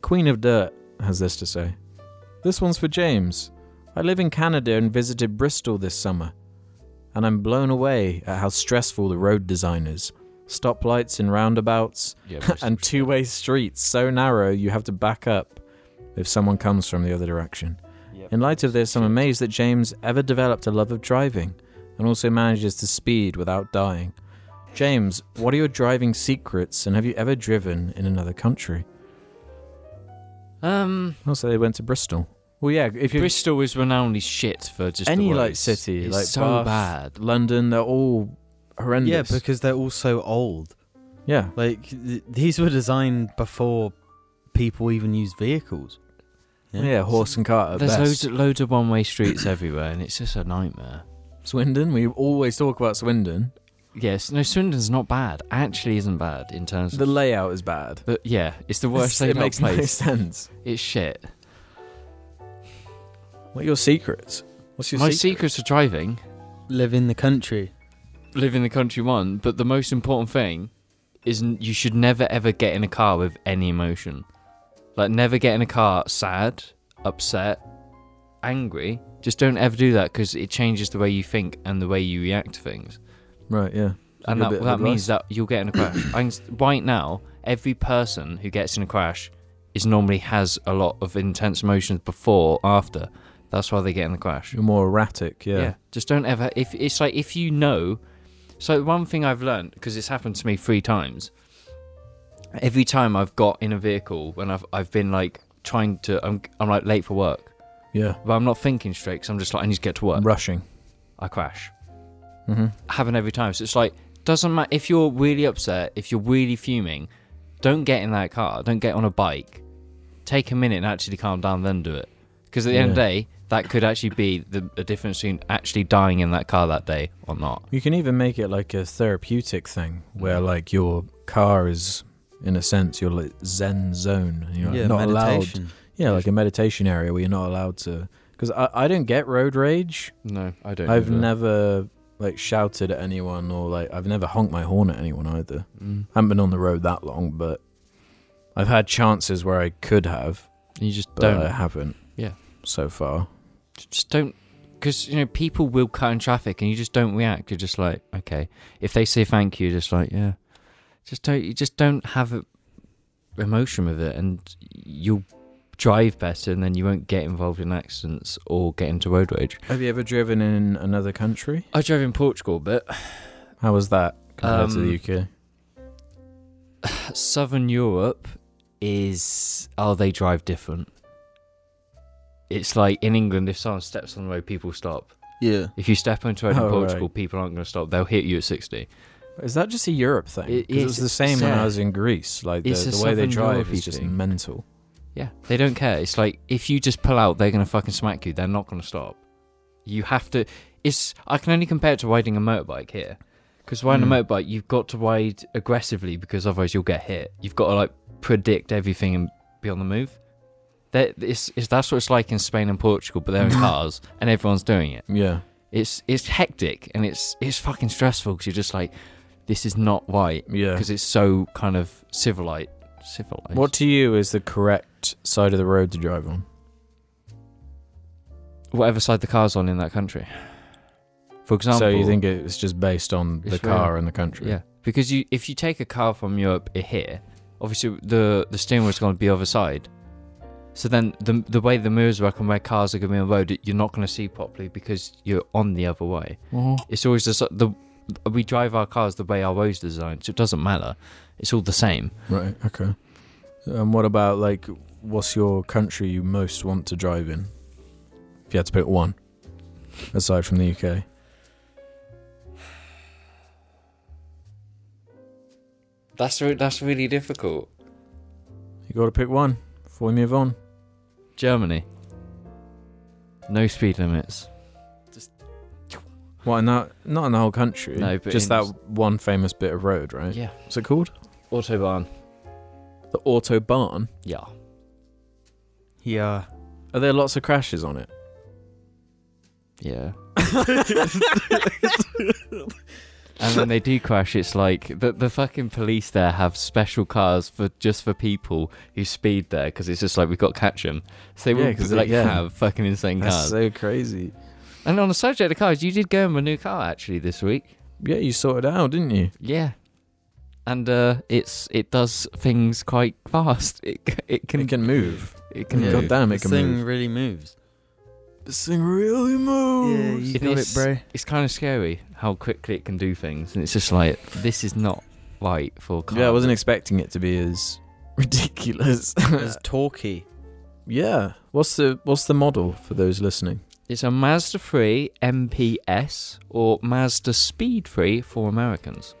S1: Queen of Dirt has this to say. This one's for James. I live in Canada and visited Bristol this summer, and I'm blown away at how stressful the road design is. Stoplights and roundabouts,
S3: Yeah,
S1: (laughs) and two way streets so narrow you have to back up if someone comes from the other direction. In light of this, I'm amazed that James ever developed a love of driving and also manages to speed without dying. James, what are your driving secrets and have you ever driven in another country?
S3: um,
S1: Oh, so they went to Bristol. Well, yeah, if you're
S3: Bristol is renowned as shit for just the
S1: any like
S3: roads.
S1: city,
S3: It's
S1: like
S3: so
S1: Bath,
S3: bad.
S1: London, they're all
S2: Yeah,
S1: horrendous.
S2: because they're all so old.
S1: yeah.
S2: Like th- these were designed before people even used vehicles.
S1: yeah, horse and cart. At
S3: There's
S1: best.
S3: loads of, loads of one way streets everywhere, and it's just a nightmare.
S1: Swindon. We always talk about Swindon.
S3: Yes, no, Swindon's not bad. Actually, isn't bad in terms of.
S1: The layout is bad.
S3: but yeah, it's the
S1: (laughs)
S3: worst
S1: it
S3: laid out
S1: makes no
S3: place.
S1: sense.
S3: It's shit.
S1: What are your secrets? What's your
S3: My
S1: secret?
S3: secrets for driving
S2: Live in the country.
S3: live in the country one, but the most important thing is n- you should never ever get in a car with any emotion. Like never get in a car sad, upset, angry. Just don't ever do that because it changes the way you think and the way you react to things.
S1: Right. Yeah. Give a
S3: and that,
S1: bit of
S3: that means that you'll get in a crash.
S1: (clears throat)
S3: I can, s- right now, every person who gets in a crash is normally has a lot of intense emotions before, after. That's why they get in the crash.
S1: You're more erratic. Yeah.
S3: Just don't ever. If it's like if you know. So one thing I've learned because it's happened to me three times. Every time I've got in a vehicle when I've I've been like trying to I'm I'm like late for work,
S1: Yeah.
S3: but I'm not thinking straight because I'm just like I need to get to work.
S1: Rushing.
S3: I crash
S1: hmm
S3: happen every time. So it's like doesn't matter if you're really upset, if you're really fuming, don't get in that car. Don't get on a bike. Take a minute and actually calm down, then do it. Because at the end of the
S1: Yeah.
S3: day, that could actually be the, the difference between actually dying in that car that day or not.
S1: You can even make it like a therapeutic thing where like your car is in a sense your like zen zone and you're like,
S2: yeah,
S1: not allowed
S2: meditation.
S1: Yeah, like a meditation area where you're not allowed to. Because I, I don't get road rage.
S3: No, I don't.
S1: I've never like shouted at anyone or like I've never honked my horn at anyone either.
S3: Mm.
S1: I haven't been on the road that long, but I've had chances where I could have,
S3: You just
S1: but
S3: don't.
S1: I haven't.
S3: Yeah.
S1: So far.
S3: just don't because you know people will cut in traffic and you just don't react you're just like okay if they say thank you you're just like yeah just don't you just don't have a emotion with it and you'll drive better and then you won't get involved in accidents or get into road rage
S1: Have you ever driven in another country?
S3: i drove in portugal but
S1: How was that compared
S3: Um,
S1: to the UK?
S3: southern europe is oh they drive different it's like in england if someone steps on the road people stop
S2: Yeah.
S3: if you step onto a road in
S1: Oh, right.
S3: portugal people aren't going to stop they'll hit you at 60
S1: Is that just a Europe thing?
S3: It-
S1: 'Cause it was
S3: it's-
S1: the same when
S3: yeah.
S1: I was in Greece. Like the,
S3: It's a
S1: the way they
S3: Southern
S1: drive
S3: Europe-y
S1: is just
S3: thing.
S1: mental.
S3: Yeah, they don't care. It's like if you just pull out, they're gonna fucking smack you. They're not gonna stop. You have to. It's. I can only compare it to riding a motorbike here, because riding a
S1: Mm.
S3: motorbike, you've got to ride aggressively because otherwise you'll get hit. You've got to like predict everything and be on the move. That it's, it's that's what it's like in Spain and Portugal,
S1: (laughs)
S3: but they're in cars and everyone's doing it.
S1: Yeah.
S3: It's it's hectic and it's it's fucking stressful because you're just like, this is not right
S1: Yeah.
S3: because it's so kind of civilized. Civilized.
S1: What to you is the correct side of the road to drive on?
S3: whatever side the car's on in that country. For example,
S1: so you think it's just based on the
S3: It's
S1: car
S3: really-
S1: and the country?
S3: yeah, because you if you take a car from Europe here, obviously the the steering wheel's going to be the other side. So then the the way the mirrors work and where cars are going to be on the road, you're not going to see properly because you're on the other way. It's always the, s- the we drive our cars the way our roads are designed, so it doesn't matter. It's all the same.
S1: Right. Okay. And what about like, what's your country you most want to drive in? If you had to pick one, aside from the UK.
S3: That's re- that's really difficult.
S1: You got to pick one before we move on.
S3: Germany. No speed limits.
S1: What in that? Not in the whole country.
S3: No, but
S1: just
S3: in-
S1: that one famous bit of road, right?
S3: Yeah.
S1: What's it called?
S3: Autobahn.
S1: The autobahn.
S3: Yeah.
S2: Yeah.
S1: Are there lots of crashes on it? (laughs)
S3: Yeah. and when they do crash, it's like the the fucking police there have special cars for just for people who speed there because it's just like we've got to catch them. So they
S1: Yeah,
S3: will
S1: 'cause
S3: like
S1: they- yeah.
S3: have fucking insane
S1: That's
S3: cars.
S1: so crazy.
S3: and on the subject of cars, you did go in a new car actually this week.
S1: Yeah, you sorted out, didn't you?
S3: Yeah. And uh, it's it does things quite fast. (laughs) It c- it can
S1: it can move.
S3: it can
S1: Yeah.
S3: go
S1: God damn, it
S2: this
S1: can
S2: thing
S1: move.
S2: really moves.
S1: This thing really moves.
S3: It is- It's kind of scary how quickly it can do things, and it's just like this is not right for cars.
S1: Yeah, I wasn't expecting it to be as (laughs) ridiculous.
S2: It's (laughs) talky.
S1: yeah. What's the What's the model for those listening?
S3: It's a Mazda 3 MPS or Mazda Speed 3 for Americans.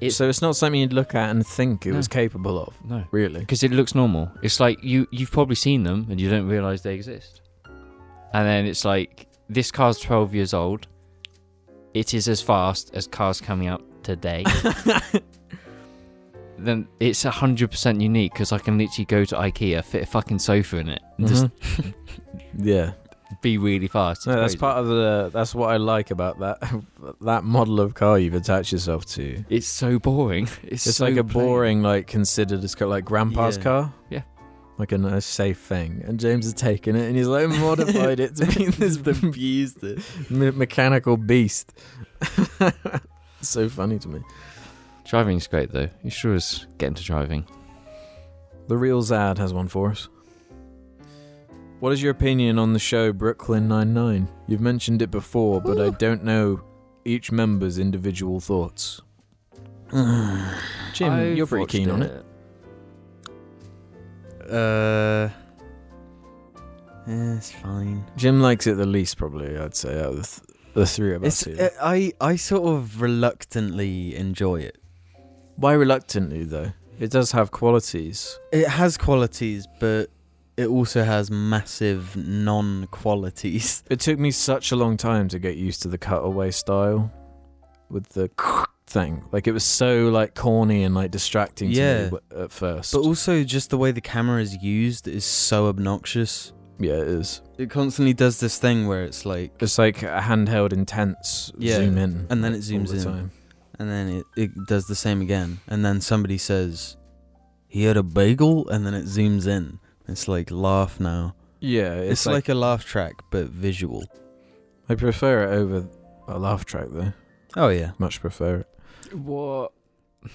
S3: It's-
S1: so it's not something you'd look at and think it
S3: No.
S1: was capable of,
S3: No,
S1: (laughs) really.
S3: because it looks normal. It's like you you've probably seen them and you don't realize they exist. And then it's like this car's 12 years old. It is as fast as cars coming out
S1: (laughs)
S3: today. then it's 100% unique because I can literally go to IKEA, fit a fucking sofa in it, and just
S1: Mhm. (laughs) yeah.
S3: be really fast.
S1: No, that's part of the. That's what I like about that (laughs) that model of car you've attached yourself to.
S3: It's so boring. (laughs) It's,
S1: It's,
S3: so
S1: like a
S3: plain.
S1: boring, like considered as kind of like grandpa's
S2: Yeah.
S1: car.
S3: Yeah.
S1: Like a nice safe thing, and James has taken it and he's like modified it to be this abused it. mechanical beast. (laughs) so funny to me.
S3: Driving's great though. You sure is getting to driving.
S1: The real Zad has one for us. What is your opinion on the show Brooklyn Nine-Nine? You've mentioned it before, but I don't know each member's individual thoughts. Jim, you're pretty keen on it.
S2: Uh. Yeah, it's fine.
S1: Jim likes it the least, probably, I'd say, out of the, th- the three of us
S2: It's,
S1: here.
S2: uh, I I sort of reluctantly enjoy it.
S1: Why reluctantly, though? It does have qualities.
S2: It has qualities, but it also has massive non-qualities.
S1: It took me such a long time to get used to the cutaway style with the (laughs) thing. Like, it was so, like, corny and, like, distracting to
S2: Yeah.
S1: me w- at first.
S2: But also, just the way the camera is used is so obnoxious.
S1: yeah, it is.
S2: It constantly does this thing where it's like,
S1: It's like a handheld intense
S2: Yeah,
S1: zoom in.
S2: and then it
S1: all
S2: zooms
S1: the
S2: in.
S1: time.
S2: and then it, it does the same again. And then somebody says, he had a bagel, and then it zooms in. It's like, laugh now.
S1: Yeah, it's,
S2: It's, like, a laugh track, but visual.
S1: I prefer it over a laugh track, though.
S2: Oh, yeah.
S1: Much prefer it.
S3: What? (sighs)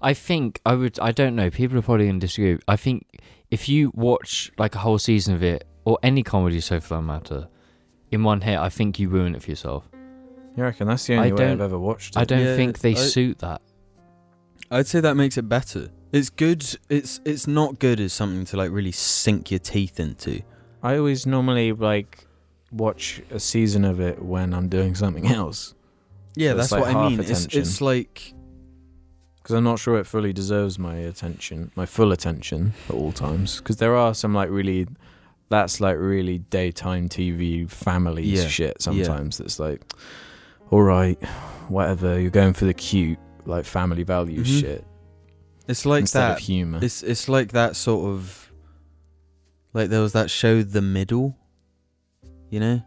S3: I think I would. I don't know. People are probably going to disagree. I think if you watch like a whole season of it or any comedy so for that matter, in one hit, I think you ruin it for yourself.
S1: You reckon that's the
S3: I
S1: only way I've
S3: don't-
S1: ever watched it?
S3: I don't
S2: Yeah,
S3: think they
S2: I-
S3: suit that.
S2: I'd say that makes it better. It's good. It's it's not good as something to like really sink your teeth into.
S1: I always normally like watch a season of it when I'm doing something (laughs) else
S2: Yeah,
S1: So it's
S2: that's
S1: like
S2: what I
S1: half
S2: mean. It's,
S1: attention.
S2: it's like
S1: because I'm not sure it fully deserves my attention, my full attention at all times. Because there are some like really, that's like really daytime TV family
S2: Yeah,
S1: shit sometimes. That's like, all right, whatever. You're going for the cute like family values
S2: Mhm.
S1: shit
S2: it's like
S1: instead
S2: that
S1: of humor.
S2: It's it's like that sort of like there was that show The Middle, you know,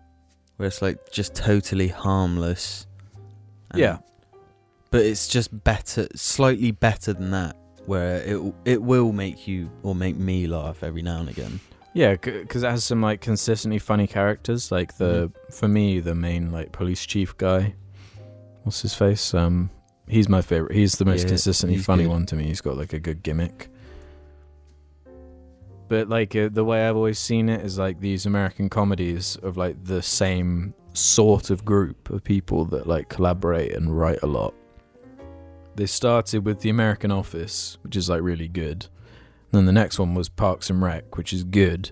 S2: where it's like just totally harmless. and-
S1: Yeah.
S2: but it's just better, slightly better than that, where it it will make you or make me laugh every now and again.
S1: Yeah, because it has some like consistently funny characters. Like the
S2: Mm-hmm.
S1: for me, the main like police chief guy. What's his face? Um, he's my favorite. He's the most
S2: Yeah,
S1: consistently
S2: he's
S1: funny
S2: good.
S1: one to me. He's got like a good gimmick. But like uh, the way I've always seen it is like these American comedies of like the same sort of group of people that like collaborate and write a lot. They started with The American Office, which is like really good. And then the next one was Parks and Rec, which is good,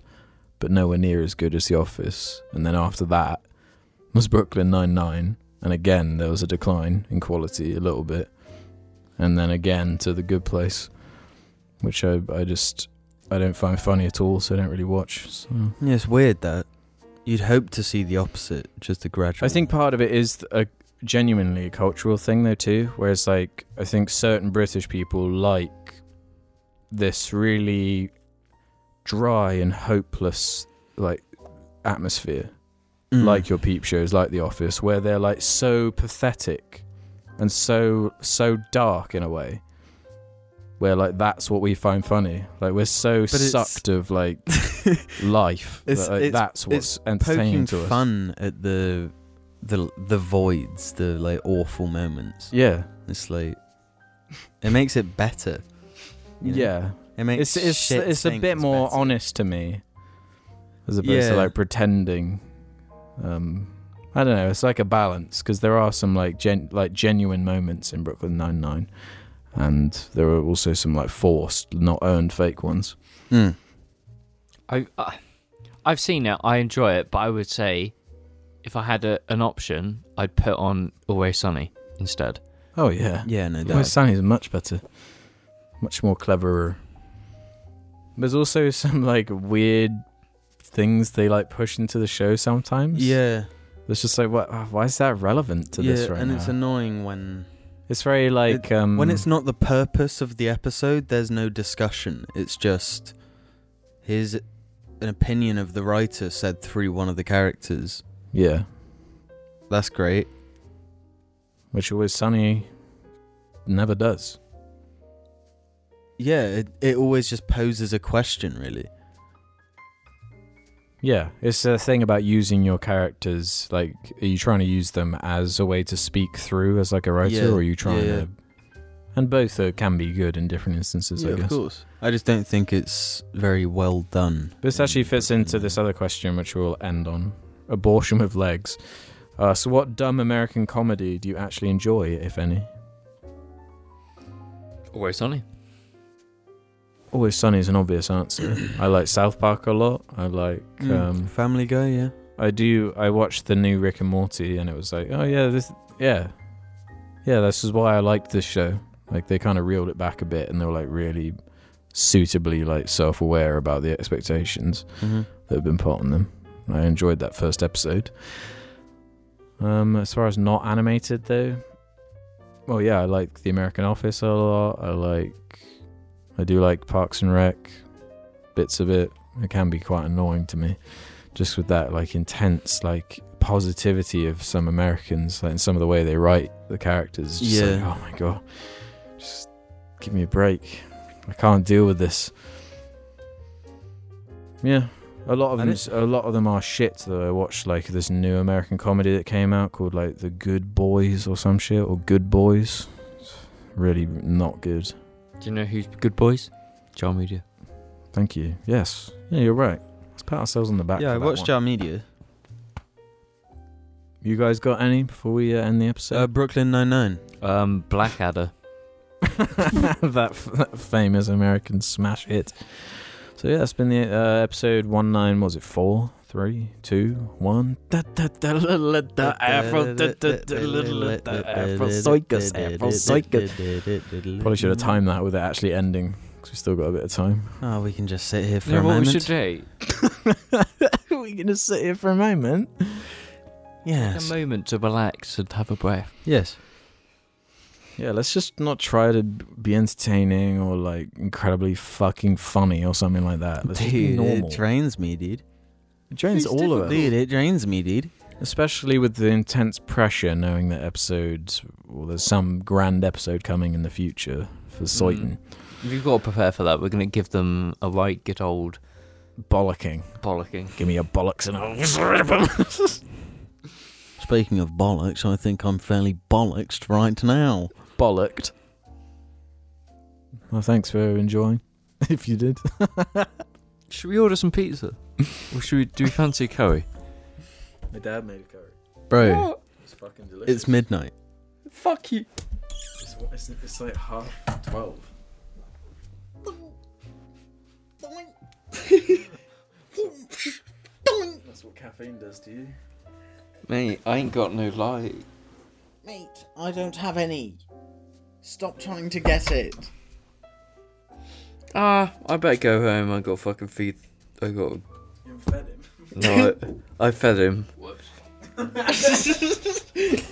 S1: but nowhere near as good as The Office. And then after that was Brooklyn Nine Nine, and again there was a decline in quality a little bit. And then again to The Good Place, which I I just I don't find funny at all, so I don't really watch. So.
S2: Yeah, it's weird that you'd hope to see the opposite, just a gradual.
S1: I think part of it is a genuinely a cultural thing though too. Whereas like I think certain British people like this really dry and hopeless like atmosphere,
S2: Mm.
S1: like
S2: (laughs)
S1: your peep shows, like The Office, where they're like so pathetic and so so dark in a way. Where like that's what we find funny. Like we're so
S2: it's-
S1: sucked of like life.
S2: (laughs) It's-
S1: that, like,
S2: it's-
S1: that's what's entertaining
S2: poking
S1: to us.
S2: fun at the the the voids, the like awful moments.
S1: Yeah.
S2: It's like it makes it better. you know?
S1: Yeah.
S2: It makes
S1: it's it's
S2: shit
S1: it's a
S2: things
S1: bit more
S2: better.
S1: honest to me, as opposed to
S2: Yeah.
S1: like pretending. Um, I don't know. It's like a balance because there are some like gen like genuine moments in Brooklyn Nine Nine, and there are also some like forced, not earned, fake ones.
S2: Mm.
S3: I, I I've seen it. I enjoy it, but I would say if I had a, an option, I'd put on Always Sunny instead.
S1: Oh yeah,
S2: Yeah, no doubt.
S1: Always Sunny is much better, much more cleverer. There's also some like weird things they like push into the show sometimes.
S2: yeah,
S1: it's just like what? Why is that relevant to
S2: yeah,
S1: this right
S2: and
S1: now?
S2: it's annoying when
S1: It's very like um
S2: when it's not the purpose of the episode. There's no discussion. It's just here's an opinion of the writer said through one of the characters.
S1: yeah,
S2: That's great.
S1: which always Sunny never does.
S2: Yeah, it, it always just poses a question, really.
S1: Yeah, it's a thing about using your characters. Like, are you trying to use them as a way to speak through as like a writer,
S2: Yeah,
S1: or are you trying
S2: yeah, yeah.
S1: to? And both uh, can be good in different instances, I guess.
S2: course. I just don't think it's very well done.
S1: This actually fits into this other question, which we'll end on abortion with legs. Uh, so, what dumb American comedy do you actually enjoy, if any?
S3: Always Sunny.
S1: Always Sunny is an obvious answer. I like South Park a lot. I like
S2: Mm.
S1: um,
S2: Family Guy, yeah.
S1: I do. I watched the new Rick and Morty, and it was like, oh yeah, this, yeah, yeah. This is why I liked this show. Like they kind of reeled it back a bit, and they were like really suitably like self-aware about the expectations that have been put on them. I enjoyed that first episode. Um, as far as not animated though, well, yeah, I like The American Office a lot. I like, I do like Parks and Rec, bits of it. It can be quite annoying to me, just with that like intense like positivity of some Americans, like in some of the way they write the characters. It's Just Like,
S2: Yeah.
S1: oh my god, just give me a break. I can't deal with this. Yeah. A lot of
S2: I
S1: them,
S2: don't-
S1: a lot of them are shit. Though I watched like this new American comedy that came out called like The Good Boys or some shit or Good Boys. It's really not good.
S3: Do you know who's good boys? John Media.
S1: Thank you. Yes. Yeah, you're right. Let's pat ourselves on the back.
S2: Yeah,
S1: for
S2: I
S1: that
S2: watched
S1: one.
S2: Jar Media.
S1: You guys got any before we uh, end the
S2: uh,
S1: episode?
S2: Brooklyn Nine Nine.
S3: Um, Blackadder.
S1: (laughs) that, f- that famous American smash hit. So yeah, that's been the uh, episode one nine. what Was it four, three, two, one? Da da da la la da Afro da da da la la da Afro Zoikas Afro Zoikas. Probably should have timed that with it actually ending because we still got a bit of (laughs) time.
S2: Oh, we can just sit here for
S3: You know
S2: a
S3: what
S2: moment.
S3: we should do?
S1: We're gonna sit here for a moment.
S2: Yes.
S3: A moment to relax and have a breath.
S2: Yes.
S1: Yeah, let's just not try to be entertaining or like incredibly fucking funny or something like that. Let's just be
S2: Dude,
S1: normal.
S2: it drains me, dude.
S1: it drains all of us.
S2: Dude, it drains me, dude.
S1: Especially with the intense pressure, knowing that episodes, well, there's some grand episode coming in the future for Soitan.
S3: We've got to prepare for that. We're going to give them a right good old
S1: Bollocking.
S3: bollocking.
S1: Give me a bollocks and I'll (laughs) rip 'em.
S2: Speaking of bollocks, I think I'm fairly bollocksed right now.
S1: Bollocked. (laughs) Well, thanks for enjoying, if you did.
S3: Should we order some pizza? or should we do we fancy a curry?
S1: My dad made a curry.
S2: Bro,
S1: It's fucking delicious.
S2: it's midnight.
S3: Fuck you.
S1: It's, it's, it's like half twelve. That's what caffeine does to you.
S3: Mate, I ain't got no light.
S7: Mate, I don't have any. Stop trying to get it.
S3: Ah, I better go home. I got fucking feed. I got.
S1: You fed him.
S3: No, I, I fed him.